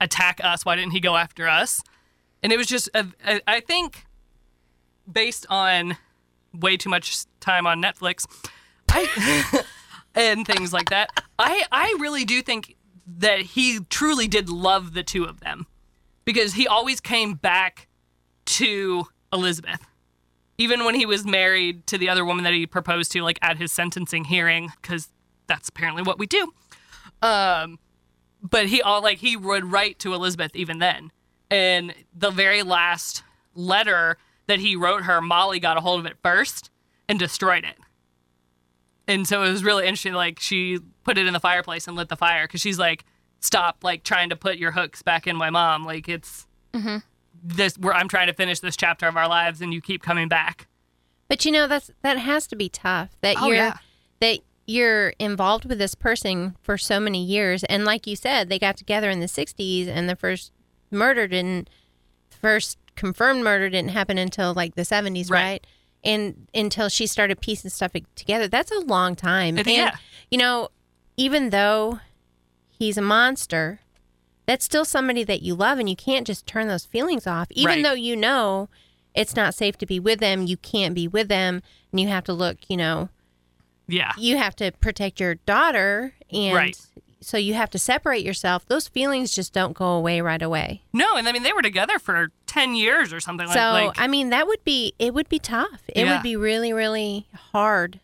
attack us? Why didn't he go after us? And it was just a- I I think based on way too much time on Netflix, I, and things like that. I I really do think that he truly did love the two of them because he always came back to Elizabeth. Even when he was married to the other woman that he proposed to like at his sentencing hearing cuz that's apparently what we do. Um but he all like he would write to Elizabeth even then. And the very last letter that he wrote her, Molly got a hold of it first and destroyed it. And so it was really interesting. Like she put it in the fireplace and lit the fire because she's like, "Stop! Like trying to put your hooks back in my mom. Like it's Mm-hmm. this. Where I'm trying to finish this chapter of our lives, and you keep coming back." But you know that's that has to be tough. That Oh, you're yeah. that you're involved with this person for so many years, and like you said, they got together in the '60s, and the first murder didn't first confirmed murder didn't happen until like the '70s, Right. right? And until she started piecing stuff together, that's a long time. It- and yeah. you know, even though he's a monster, that's still somebody that you love and you can't just turn those feelings off even Right. though you know it's not safe to be with them you can't be with them and you have to look you know Yeah. you have to protect your daughter and Right. so you have to separate yourself those feelings just don't go away right away No, and I mean they were together for ten years or something. like- so like, i mean that would be it would be tough it Yeah. would be really really hard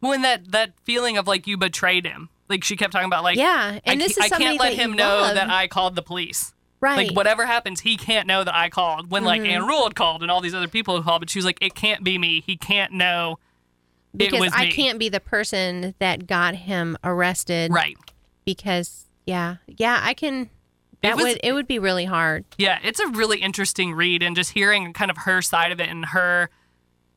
Well, and that that feeling of like you betrayed him. Like she kept talking about like yeah and I, this ca- is I somebody can't let that him you know love. that I called the police. right Mm-hmm. Like whatever happens, he can't know that I called. When like Anne Rule had called and all these other people had called, but she was like, "It can't be me. He can't know because it was i me." can't be the person that got him arrested Right? because yeah yeah i can that was- would it would be really hard Yeah, it's a really interesting read, and just hearing kind of her side of it and her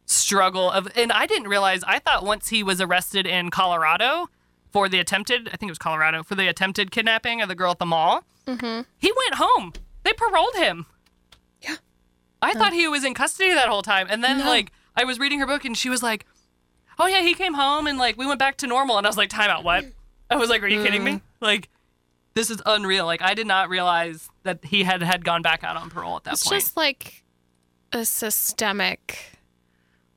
struggle of. And I didn't realize. I thought once he was arrested in Colorado for the attempted, I think it was Colorado for the attempted kidnapping of the girl at the mall. He went home. They paroled him. Yeah. I thought he was in custody that whole time. And then, like, I was reading her book and she was like, oh, yeah, he came home and, like, we went back to normal. And I was like, time out, what? I was like, are you kidding me? Like, this is unreal. Like, I did not realize that he had had gone back out on parole at that It's point. just like a systemic,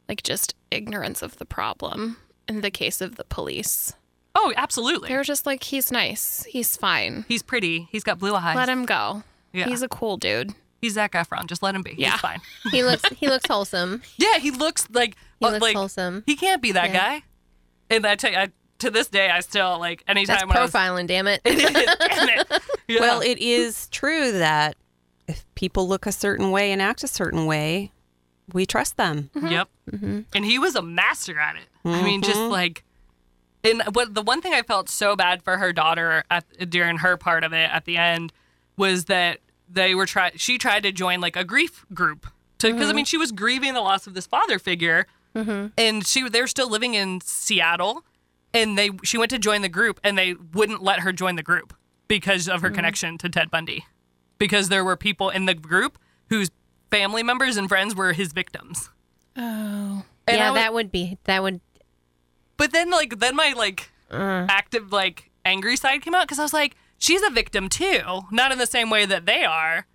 like just ignorance of the problem in the case of the police. oh, absolutely. They were just like, he's nice, he's fine, He's pretty. He's got blue eyes. let him go. Yeah. He's a cool dude. He's Zac Efron. Just let him be. Yeah. He's fine. he looks he looks wholesome Yeah, he looks like He uh, looks like, wholesome. He can't be that Yeah. guy. And I tell you, I, to this day, I still like anytime that's when I was profiling damn it Damn it. Yeah. Well, it is true that if people look a certain way and act a certain way, we trust them. yep. And he was a master at it. I mean, just like, and what the one thing I felt so bad for her daughter at, during her part of it at the end was that they were try she tried to join like a grief group to because I mean she was grieving the loss of this father figure, and she they were still living in Seattle, and they she went to join the group and they wouldn't let her join the group because of her connection to Ted Bundy, because there were people in the group whose family members and friends were his victims. And Oh. I yeah was- that would be that would But then, like, then my like Uh. active, like, angry side came out because I was like, she's a victim too, not in the same way that they are.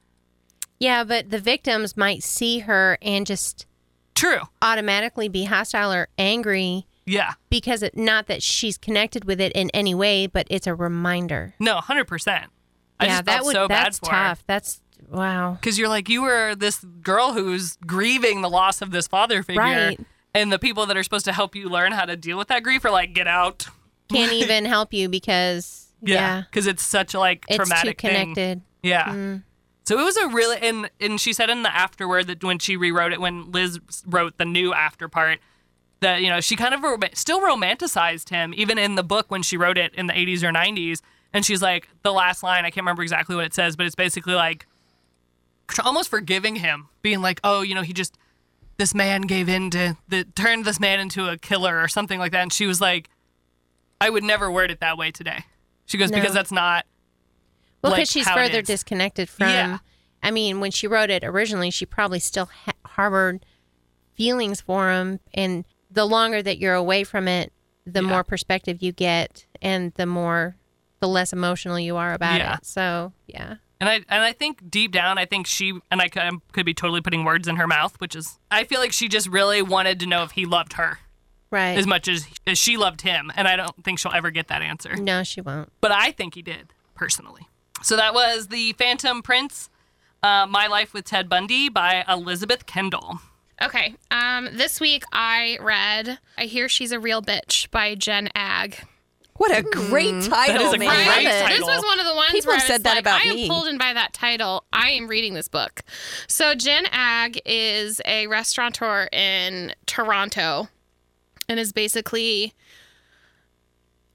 yeah but the victims might see her and just True. automatically be hostile or angry Yeah. because it, not that she's connected with it in any way but it's a reminder No, hundred percent. I yeah just that felt would so that's bad for tough that's wow because you're like, you were this girl who's grieving the loss of this father figure, Right. and the people that are supposed to help you learn how to deal with that grief are like, get out. can't even help you because Yeah. Because it's such a like It's too traumatic thing. connected. Yeah. So it was a really and and she said in the afterword that when she rewrote it, when Liz wrote the new after part, that you know she kind of rom- still romanticized him even in the book when she wrote it in the 80s or 90s. And she's like the last line I can't remember exactly what it says, but it's basically like tr- almost forgiving him, being like, oh, you know, he just this man gave in to the turned this man into a killer or something like that. And she was like, I would never word it that way today. She goes No. because that's not Well, like, because she's how it further is. disconnected from. Yeah. I mean, when she wrote it originally, she probably still ha- harbored feelings for him. And the longer that you're away from it, the more perspective you get, and the more, the less emotional you are about Yeah. it. So, yeah. And I and I think deep down, I think she and I could, I could be totally putting words in her mouth, which is I feel like she just really wanted to know if he loved her Right. as much as, as she loved him, and I don't think she'll ever get that answer. no, she won't. But I think he did personally. So that was the Phantom Prince, uh, My Life with Ted Bundy by Elizabeth Kendall. Okay. Um, this week I read I Hear She's a Real Bitch by Jen Agg. What Hmm. a great title, is a man. great Right? title. This was one of the ones People where have I said was that like, about I am me. pulled in by that title. I am reading this book. So Jen Ag is a restaurateur in Toronto and is basically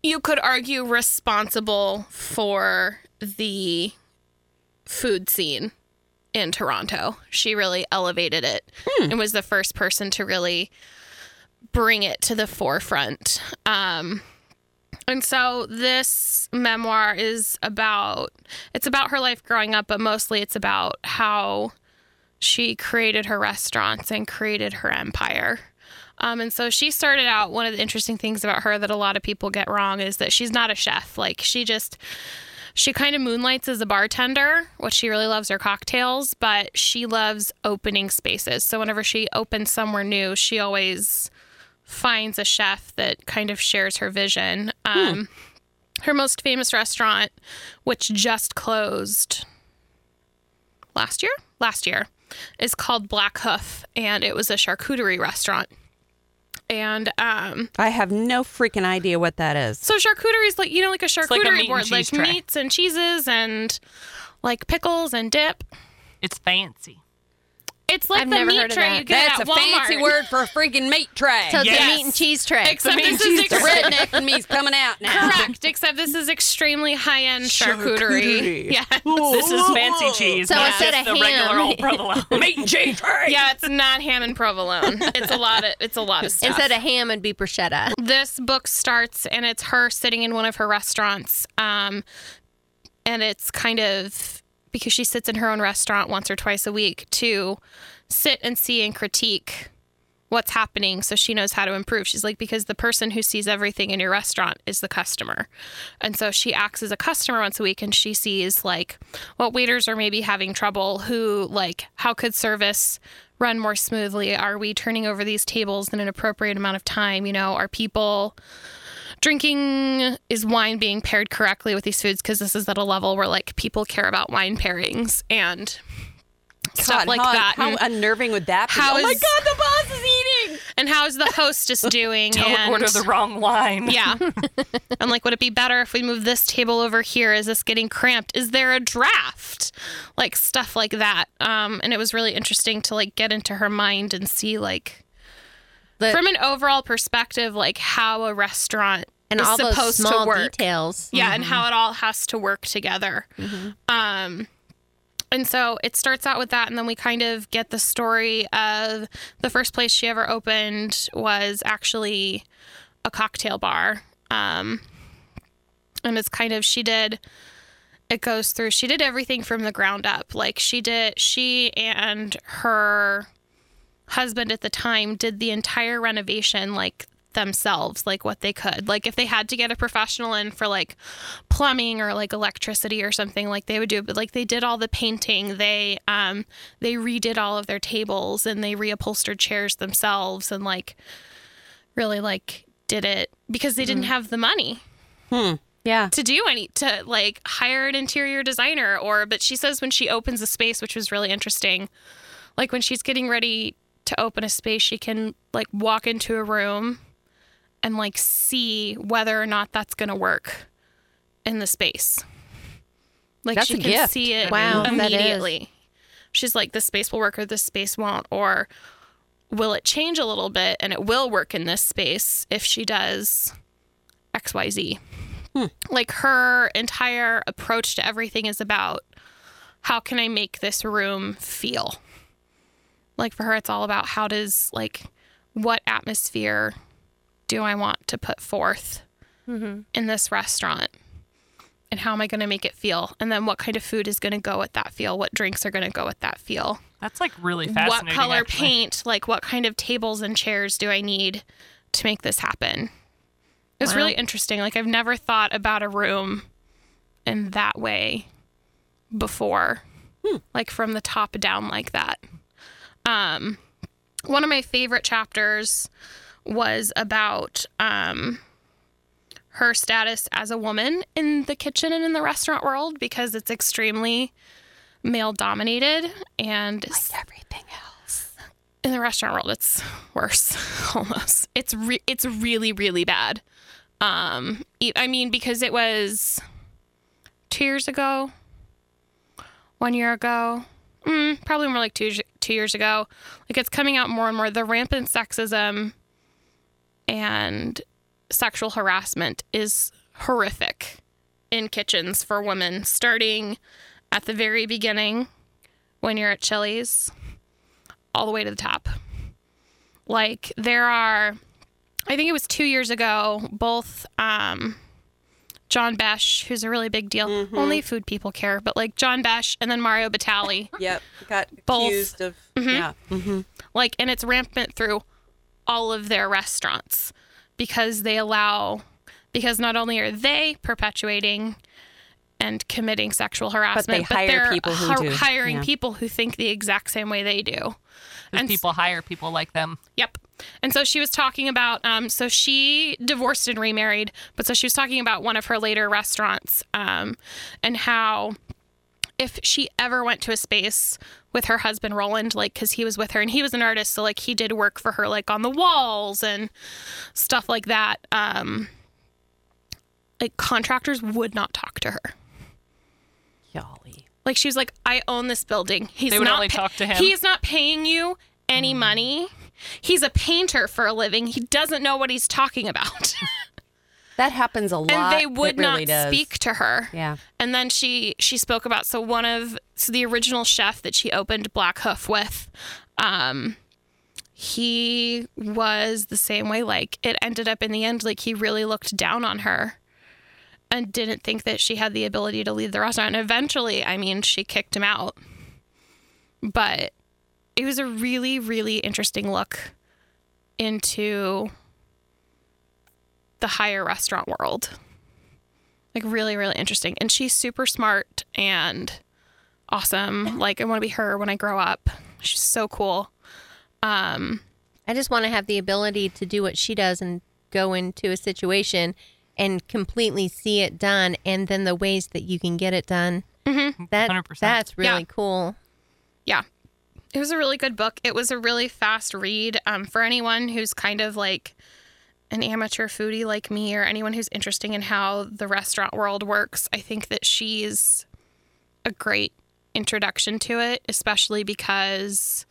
you could argue responsible for the food scene in Toronto. She really elevated it Hmm. and was the first person to really bring it to the forefront. Um, and so this memoir is about it's about her life growing up, but mostly it's about how she created her restaurants and created her empire. Um, and so she started out. One of the interesting things about her that a lot of people get wrong is that she's not a chef. Like she just she kind of moonlights as a bartender. What she really loves are cocktails, but she loves opening spaces. So whenever she opens somewhere new, she always finds a chef that kind of shares her vision. Um, Her most famous restaurant, which just closed last year, last year, is called Black Hoof, and it was a charcuterie restaurant. And um, I have no freaking idea what that is. so charcuterie is like you know like a charcuterie like a meat and board, like cheese tray. meats and cheeses and like pickles and dip. It's fancy. It's like I've the never meat heard of tray that. you get That's at a Walmart. fancy word for a freaking meat tray. So the Yes. meat and cheese tray. Except meat and this is cheese the extra- redneck and me's coming out now. correct. Except this is extremely high end charcuterie. Charcuterie. Yeah, This is fancy cheese. So not instead just of the regular ham- old provolone. Meat and cheese tray. yeah. It's not ham and provolone. It's a lot of it's a lot of stuff. Instead of ham, it'd be bruschetta. this book starts and it's her sitting in one of her restaurants um, and it's kind of because she sits in her own restaurant once or twice a week to sit and see and critique what's happening so she knows how to improve she's like because the person who sees everything in your restaurant is the customer and so she acts as a customer once a week and she sees like what waiters are maybe having trouble who like how could service run more smoothly? Are we turning over these tables in an appropriate amount of time? You know, are people drinking? Is wine being paired correctly with these foods? Because this is at a level where like people care about wine pairings and stuff God, like how, that. How and, unnerving would that be? How oh my is- God, the boss is eating. and how is the hostess doing? Don't and- order the wrong wine. Yeah. and like, would it be better if we move this table over here? Is this getting cramped? Is there a draft? Like stuff like that. Um, and it was really interesting to like get into her mind and see like The- from an overall perspective, like how a restaurant And is all supposed those small to work. details. Yeah, and how it all has to work together. Um, and so it starts out with that, and then we kind of get the story of the first place she ever opened was actually a cocktail bar. Um, and it's kind of, she did, it goes through, she did everything from the ground up. Like she did, she and her husband at the time did the entire renovation like themselves like what they could like if they had to get a professional in for like plumbing or like electricity or something like they would do it. but like they did all the painting they um they redid all of their tables and they reupholstered chairs themselves and like really like did it because they didn't have the money Mm. Hmm. Yeah. to do any to like hire an interior designer or but she says when she opens a space which was really interesting like when she's getting ready to open a space she can like walk into a room and like see whether or not that's going to work in the space. Like That's she a can gift. see it Wow, that is. immediately. She's like, this space will work or this space won't, or will it change a little bit and it will work in this space if she does XYZ. Hmm. Like her entire approach to everything is about how can I make this room feel? Like for her, it's all about how does, like, what atmosphere do I want to put forth Mm-hmm. in this restaurant? And how am I going to make it feel? And then what kind of food is going to go with that feel? What drinks are going to go with that feel? That's like really What fascinating. color actually. paint? Like, what kind of tables and chairs do I need to make this happen? It's really interesting. Like, I've never thought about a room in that way before, like from the top down, like that. Um, one of my favorite chapters was about um, her status as a woman in the kitchen and in the restaurant world because it's extremely male dominated and Everything else. in the restaurant world it's worse almost it's re- it's really really bad um e- i mean because it was two years ago one year ago mm, probably more like two, years- two years ago like it's coming out more and more the rampant sexism and sexual harassment is horrific in kitchens for women starting at the very beginning when you're at chili's all the way to the top. Like there are, I think it was two years ago, both um, John Besh, who's a really big deal. Only food people care, but like John Besh and then Mario Batali, Yep. Got Both. Mm-hmm. accused of. Yeah. like, and it's rampant through all of their restaurants because they allow, because not only are they perpetuating and committing sexual harassment, hire they're people who hi- do. hiring Yeah. people who think the exact same way they do. 'Cause people hire people like them. Yep. And so she was talking about, um, so she divorced and remarried, but so she was talking about one of her later restaurants um, and how if she ever went to a space with her husband Roland, like, because he was with her and he was an artist, so like he did work for her, like on the walls and stuff like that. Um, like contractors would not talk to her. Jolly. Like she was like, I own this building. He's They would not only talk to him. He is not paying you any money. He's a painter for a living. He doesn't know what he's talking about. That happens a lot. and they It would really not does. speak to her. Yeah. And then she she spoke about so one of so the original chef that she opened Black Hoof with, um, he was the same way. Like it ended up in the end, like he really looked down on her and didn't think that she had the ability to lead the restaurant. And eventually, I mean, she kicked him out. But it was a really, really interesting look into the higher restaurant world. Like really, really interesting. And she's super smart and awesome. Like I want to be her when I grow up. She's so cool. Um, I just want to have the ability to do what she does and go into a situation and completely see it done, and then the ways that you can get it done. Mm-hmm. That 100%. that's really Yeah. cool. yeah. It was a really good book. It was a really fast read. Um, for anyone who's kind of like an amateur foodie like me or anyone who's interesting in how the restaurant world works, I think that she's a great introduction to it, especially because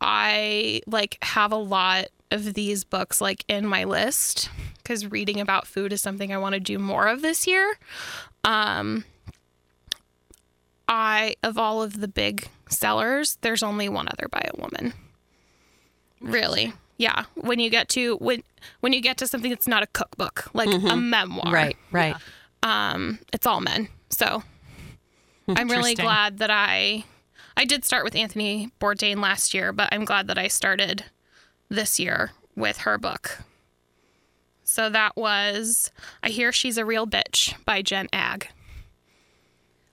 I like have a lot of these books like in my list because reading about food is something I want to do more of this year. Um, I of all of the big sellers, there's only one other by a woman. Really. Yeah, when you get to when when you get to something that's not a cookbook, like a memoir. Right. Right. Um it's all men. So I'm really Interesting. glad that I I did start with Anthony Bourdain last year, but I'm glad that I started this year with her book. So that was I hear she's a real bitch by Jen Ag.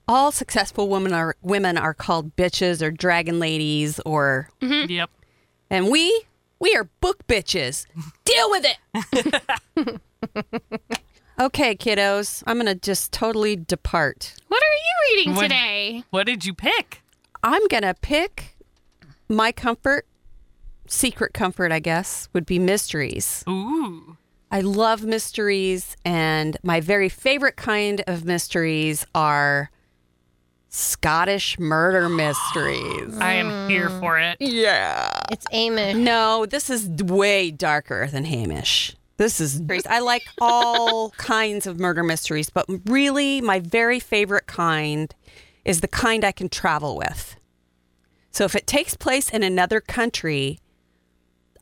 All successful women are women are called bitches or dragon ladies or Mm. Yep. and we we are book bitches. Deal with it. okay, kiddos. I'm gonna just totally depart. What are you reading What- today? What did you pick? I'm gonna pick my comfort, secret comfort, I guess, would be mysteries. Ooh. I love mysteries, and my very favorite kind of mysteries are Scottish murder mysteries. I am here Mm. for it. Yeah. It's Amish. No, this is way darker than Hamish. This is. I like all kinds of murder mysteries, but really, my very favorite kind is the kind I can travel with. So if it takes place in another country,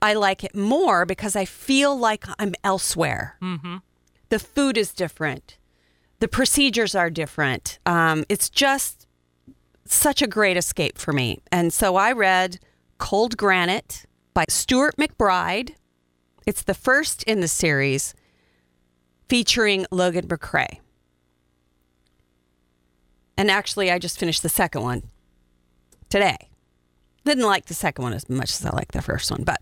I like it more because I feel like I'm elsewhere. Mm-hmm. The food is different, the procedures are different. Um, it's just such a great escape for me. And so I read Cold Granite by Stuart McBride. It's the first in the series featuring Logan McRae. And actually, I just finished the second one today. Didn't like the second one as much as I liked the first one, but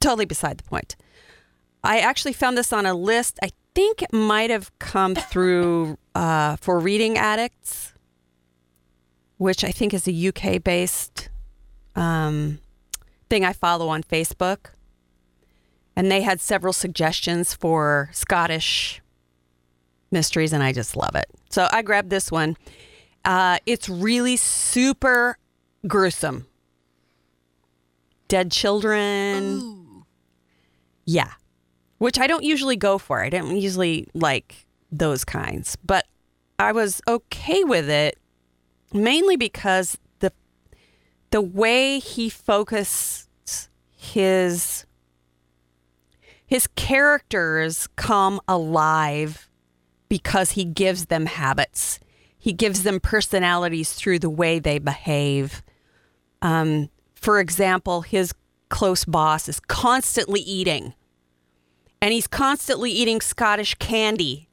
totally beside the point. I actually found this on a list. I think it might have come through uh, for reading addicts which I think is a UK based um, thing I follow on Facebook. And they had several suggestions for Scottish mysteries, and I just love it. So I grabbed this one. Uh, it's really super gruesome. Dead children. Yeah. Which I don't usually go for. I don't usually like those kinds, but I was okay with it mainly because the the way he focused his his characters come alive because he gives them habits. He gives them personalities through the way they behave. Um, for example, his close boss is constantly eating, and he's constantly eating Scottish candy.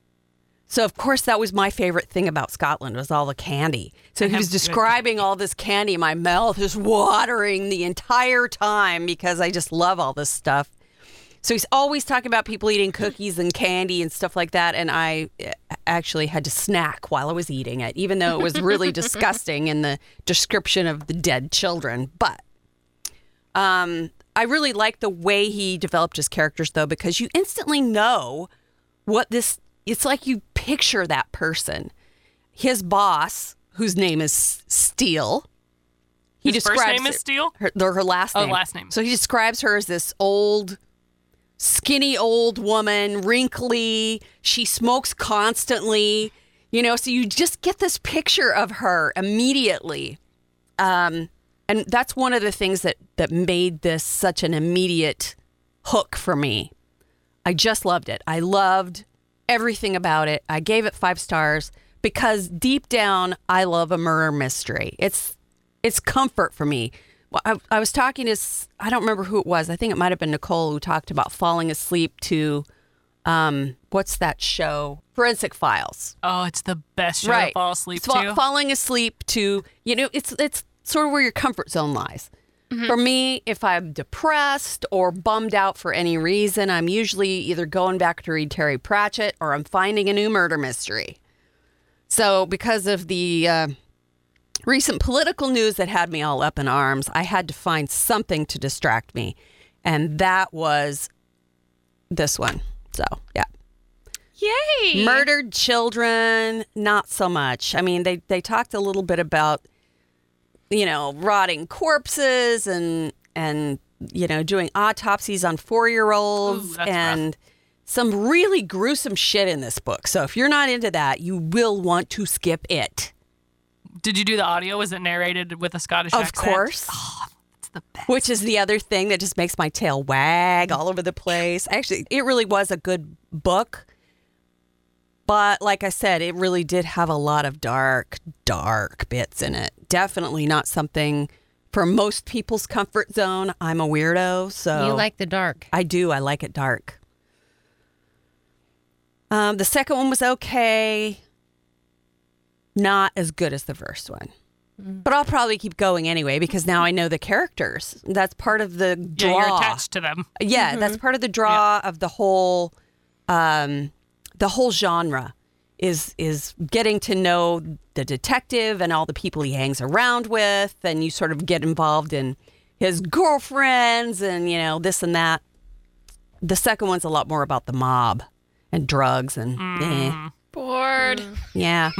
So of course that was my favorite thing about Scotland was all the candy. So he was describing all this candy. My mouth is watering the entire time because I just love all this stuff. So he's always talking about people eating cookies and candy and stuff like that. And I eh, actually had to snack while I was eating it, even though it was really disgusting in the description of the dead children. But um, I really like the way he developed his characters, though, because you instantly know what this. It's like you picture that person. His boss, whose name is Steele. He His first name is it- Steele? Her, her last Oh, name. last name. So he describes her as this old, skinny old woman, wrinkly. She smokes constantly. You know, so you just get this picture of her immediately. Um, and that's one of the things that that made this such an immediate hook for me. I just loved it. I loved everything about it. I gave it five stars because deep down, I love a murder mystery. It's it's comfort for me. Well, I, I was talking to s- I don't remember who it was. I think it might have been Nicole who talked about falling asleep to um what's that show? Forensic Files Oh, it's the best show to fall asleep It's fa- to. Falling asleep to, you know, it's it's sort of where your comfort zone lies. Mm-hmm. For me, if I'm depressed or bummed out for any reason, I'm usually either going back to read Terry Pratchett or I'm finding a new murder mystery. So, because of the uh, recent political news that had me all up in arms, I had to find something to distract me, and that was this one. So, yeah. Yay! Murdered children, not so much. I mean, they they talked a little bit about you know rotting corpses and and you know doing autopsies on four year Ooh, olds that's rough. and some really gruesome shit in this book. So if you're not into that, you will want to skip it. Did you do the audio? Was it narrated with a Scottish Of accent? course. It's the best. Which is the other thing that just makes my tail wag all over the place. Actually, it really was a good book. But like I said, it really did have a lot of dark, dark bits in it. Definitely not something for most people's comfort zone. I'm a weirdo, so You like the dark. I do. I like it dark. Um, the second one was okay. Not as good as the first one. Mm-hmm. But I'll probably keep going anyway because now I know the characters. That's part of the Yeah, draw. you're attached to them. Yeah, that's part of the draw of the whole um the whole genre is is getting to know the detective and all the people he hangs around with and you sort of get involved in his girlfriends and you know this and that. The second one's a lot more about the mob and drugs and eh. Bored. yeah.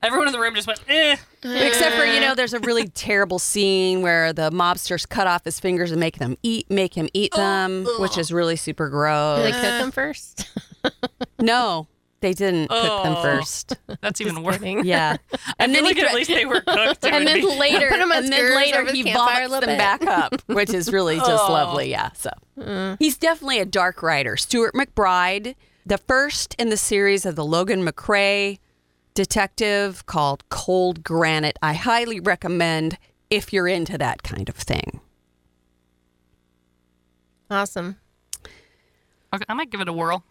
Everyone in the room just went, eh. Except for you know, there's a really terrible scene where the mobsters cut off his fingers and make them eat, make him eat them, which is really super Do they gross. cook them first? No, they didn't cook them Oh. first. That's even worse. Yeah, and Then then he like at thre- least they were cooked. It and would then be- later, Put 'em on and then skewers later over the he campfire a vomits little them back bit. up, which is really just Oh. lovely. Yeah, so Mm. he's definitely a dark writer. Stuart McBride, the first in the series of the Logan McRae detective called Cold Granite. I highly recommend if you're into that kind of thing. Awesome. Okay, I might give it a whirl.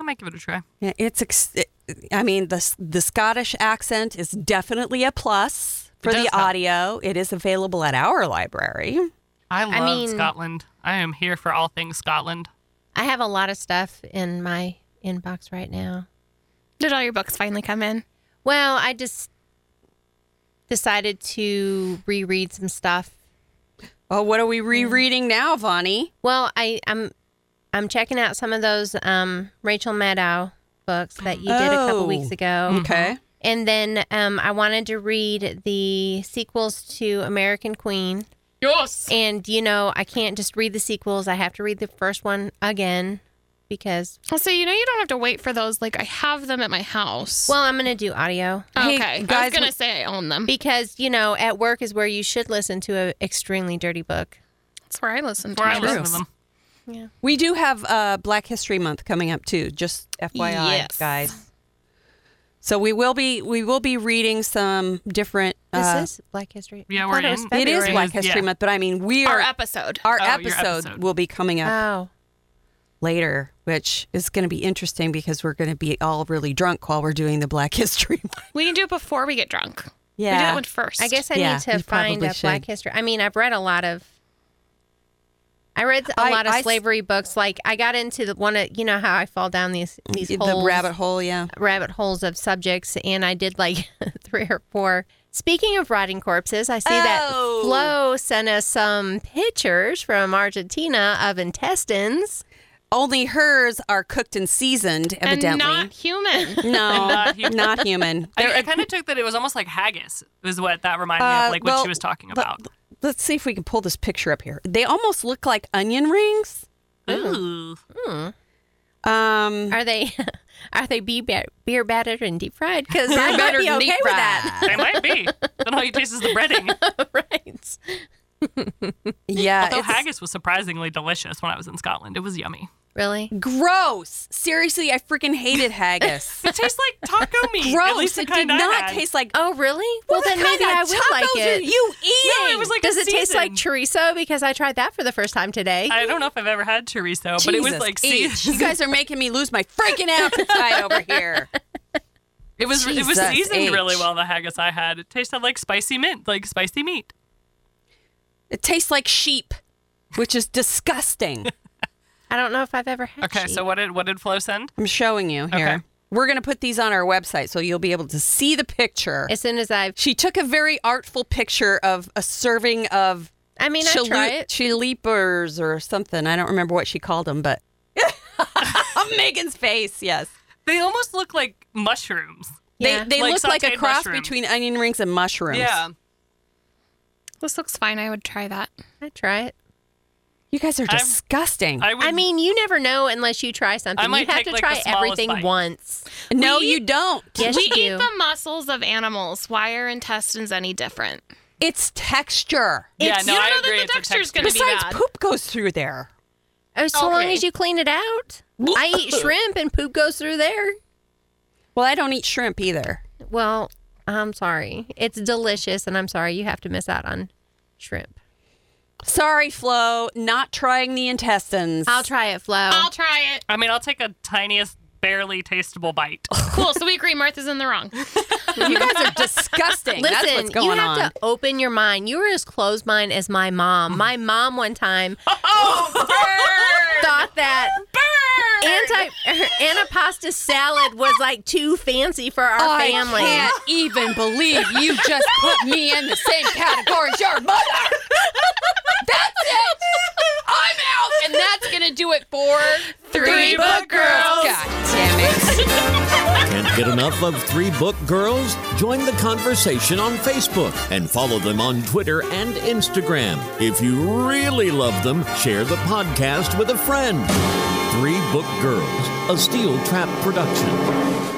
I might give it a try. Yeah, it's. Ex- it- I mean, the the Scottish accent is definitely a plus for does the help. audio. It is available at our library. I love mean- Scotland. I am here for all things Scotland. I have a lot of stuff in my inbox right now. Did all your books finally come in? Well, I just decided to reread some stuff. Oh, what are we rereading now, Vonnie? Well, I, I'm I'm checking out some of those um, Rachel Maddow books that you did a couple Oh. weeks ago. Okay. And then um, I wanted to read the sequels to American Queen. Yes. And, you know, I can't just read the sequels. I have to read the first one again because, So you know you don't have to wait for those. Like I have them at my house. well, I'm going to do audio. okay. Hey, I guys, was gonna we- say I own them. Because, you know, at work is where you should listen to an extremely dirty book. That's where I listen to. Before I mine. listen to them. We do have uh, Black History Month coming up too. Just FYI, Yes. guys. So we will be we will be reading some different. This uh, is Black History. Yeah, I we're thought it was in- it is February. Black History yeah. Month, but I mean we are Our our, episode. Oh, your episode, episode. will be coming up Oh, later, which is going to be interesting because we're going to be all really drunk while we're doing the Black History Month. We can do it before we get drunk. We do Yeah, that one first. I guess I Yeah, need you to find probably a Black should. History. I mean, I've read a lot of. I read a I- lot of I s- slavery books. Like I got into the one. Of, you know how I fall down these these the holes, rabbit hole. Yeah. rabbit holes of subjects, and I did like three or four. Speaking of rotting corpses, I see Oh. that Flo sent us some pictures from Argentina of intestines. Only hers are cooked and seasoned, evidently. And not human. no, not not human. human. I, I kind of took that it was almost like haggis, is what that reminded me Uh, of, like what well, she was talking but- about. Let's see if we can pull this picture up here. They almost look like onion rings. Ooh. Um, Are they are they be- beer battered and deep fried? Because I might better be okay deep with that. They might be. then all you taste is the breading. right. yeah, Although it's haggis was surprisingly delicious when I was in Scotland. It was yummy. Really? gross. Seriously, I freaking hated haggis. It tastes like taco meat. At gross. least the It did kind I not had. taste like. Oh, really? Well, What then kind maybe of I would like tacos it. Are you eating? No, it was like Does a it taste like season. chorizo? Because I tried that for the first time today. I don't know if I've ever had chorizo, but it was Jesus like H. seasoned. You guys are making me lose my freaking appetite over here. It was it was Jesus seasoned really H. well. The haggis I had it tasted like spicy mint, like spicy meat. It tastes like sheep, which is disgusting. I don't know if I've ever had. Okay, sheep. so what did what did Flo send? I'm showing you here. Okay. We're gonna put these on our website so you'll be able to see the picture. as soon as I've, She took a very artful picture of a serving of I mean, I chalu- try it. chalupas or something. I don't remember what she called them, but Megan's face, yes. They almost look like mushrooms. Yeah. They, they Like look like a sauteed cross mushrooms. between onion rings and mushrooms. Yeah, This looks fine. I would try that. I try it. You guys are I'm- disgusting. I would. I mean, you never know unless you try something. Mm. might You have take, to like, try the smallest everything bite. once. no, we- you don't. Yes, we you eat do. the muscles of animals. Why are intestines any different? It's texture. yeah, It's- no, you don't I know that agree. the it's a texture's texture. gonna be Besides, bad. poop goes through there. Oh, so long Okay. as you clean it out. I eat shrimp and poop goes through there. Well, I don't eat shrimp either. Well, I'm sorry. It's delicious, and I'm sorry you have to miss out on shrimp. Sorry, Flo, not trying the intestines. I'll try it, Flo. I'll try it. I mean, I'll take a tiniest, barely tastable bite. Cool. So we agree Martha's in the wrong. you guys are disgusting. Listen, That's what's going you on. have to open your mind. You were as closed minded as my mom. My mom one time Oh, thought that anti anapasta salad was like too fancy for our I family. can't even believe you just put me in the same category as your mother. That's it. I'm out, and that's gonna do it for for Three book girls. God damn it. Can't get enough of Three Book Girls? Join the conversation on Facebook and follow them on Twitter and Instagram. If you really love them, share the podcast with a friend. Three Book Girls, a Steel Trap production.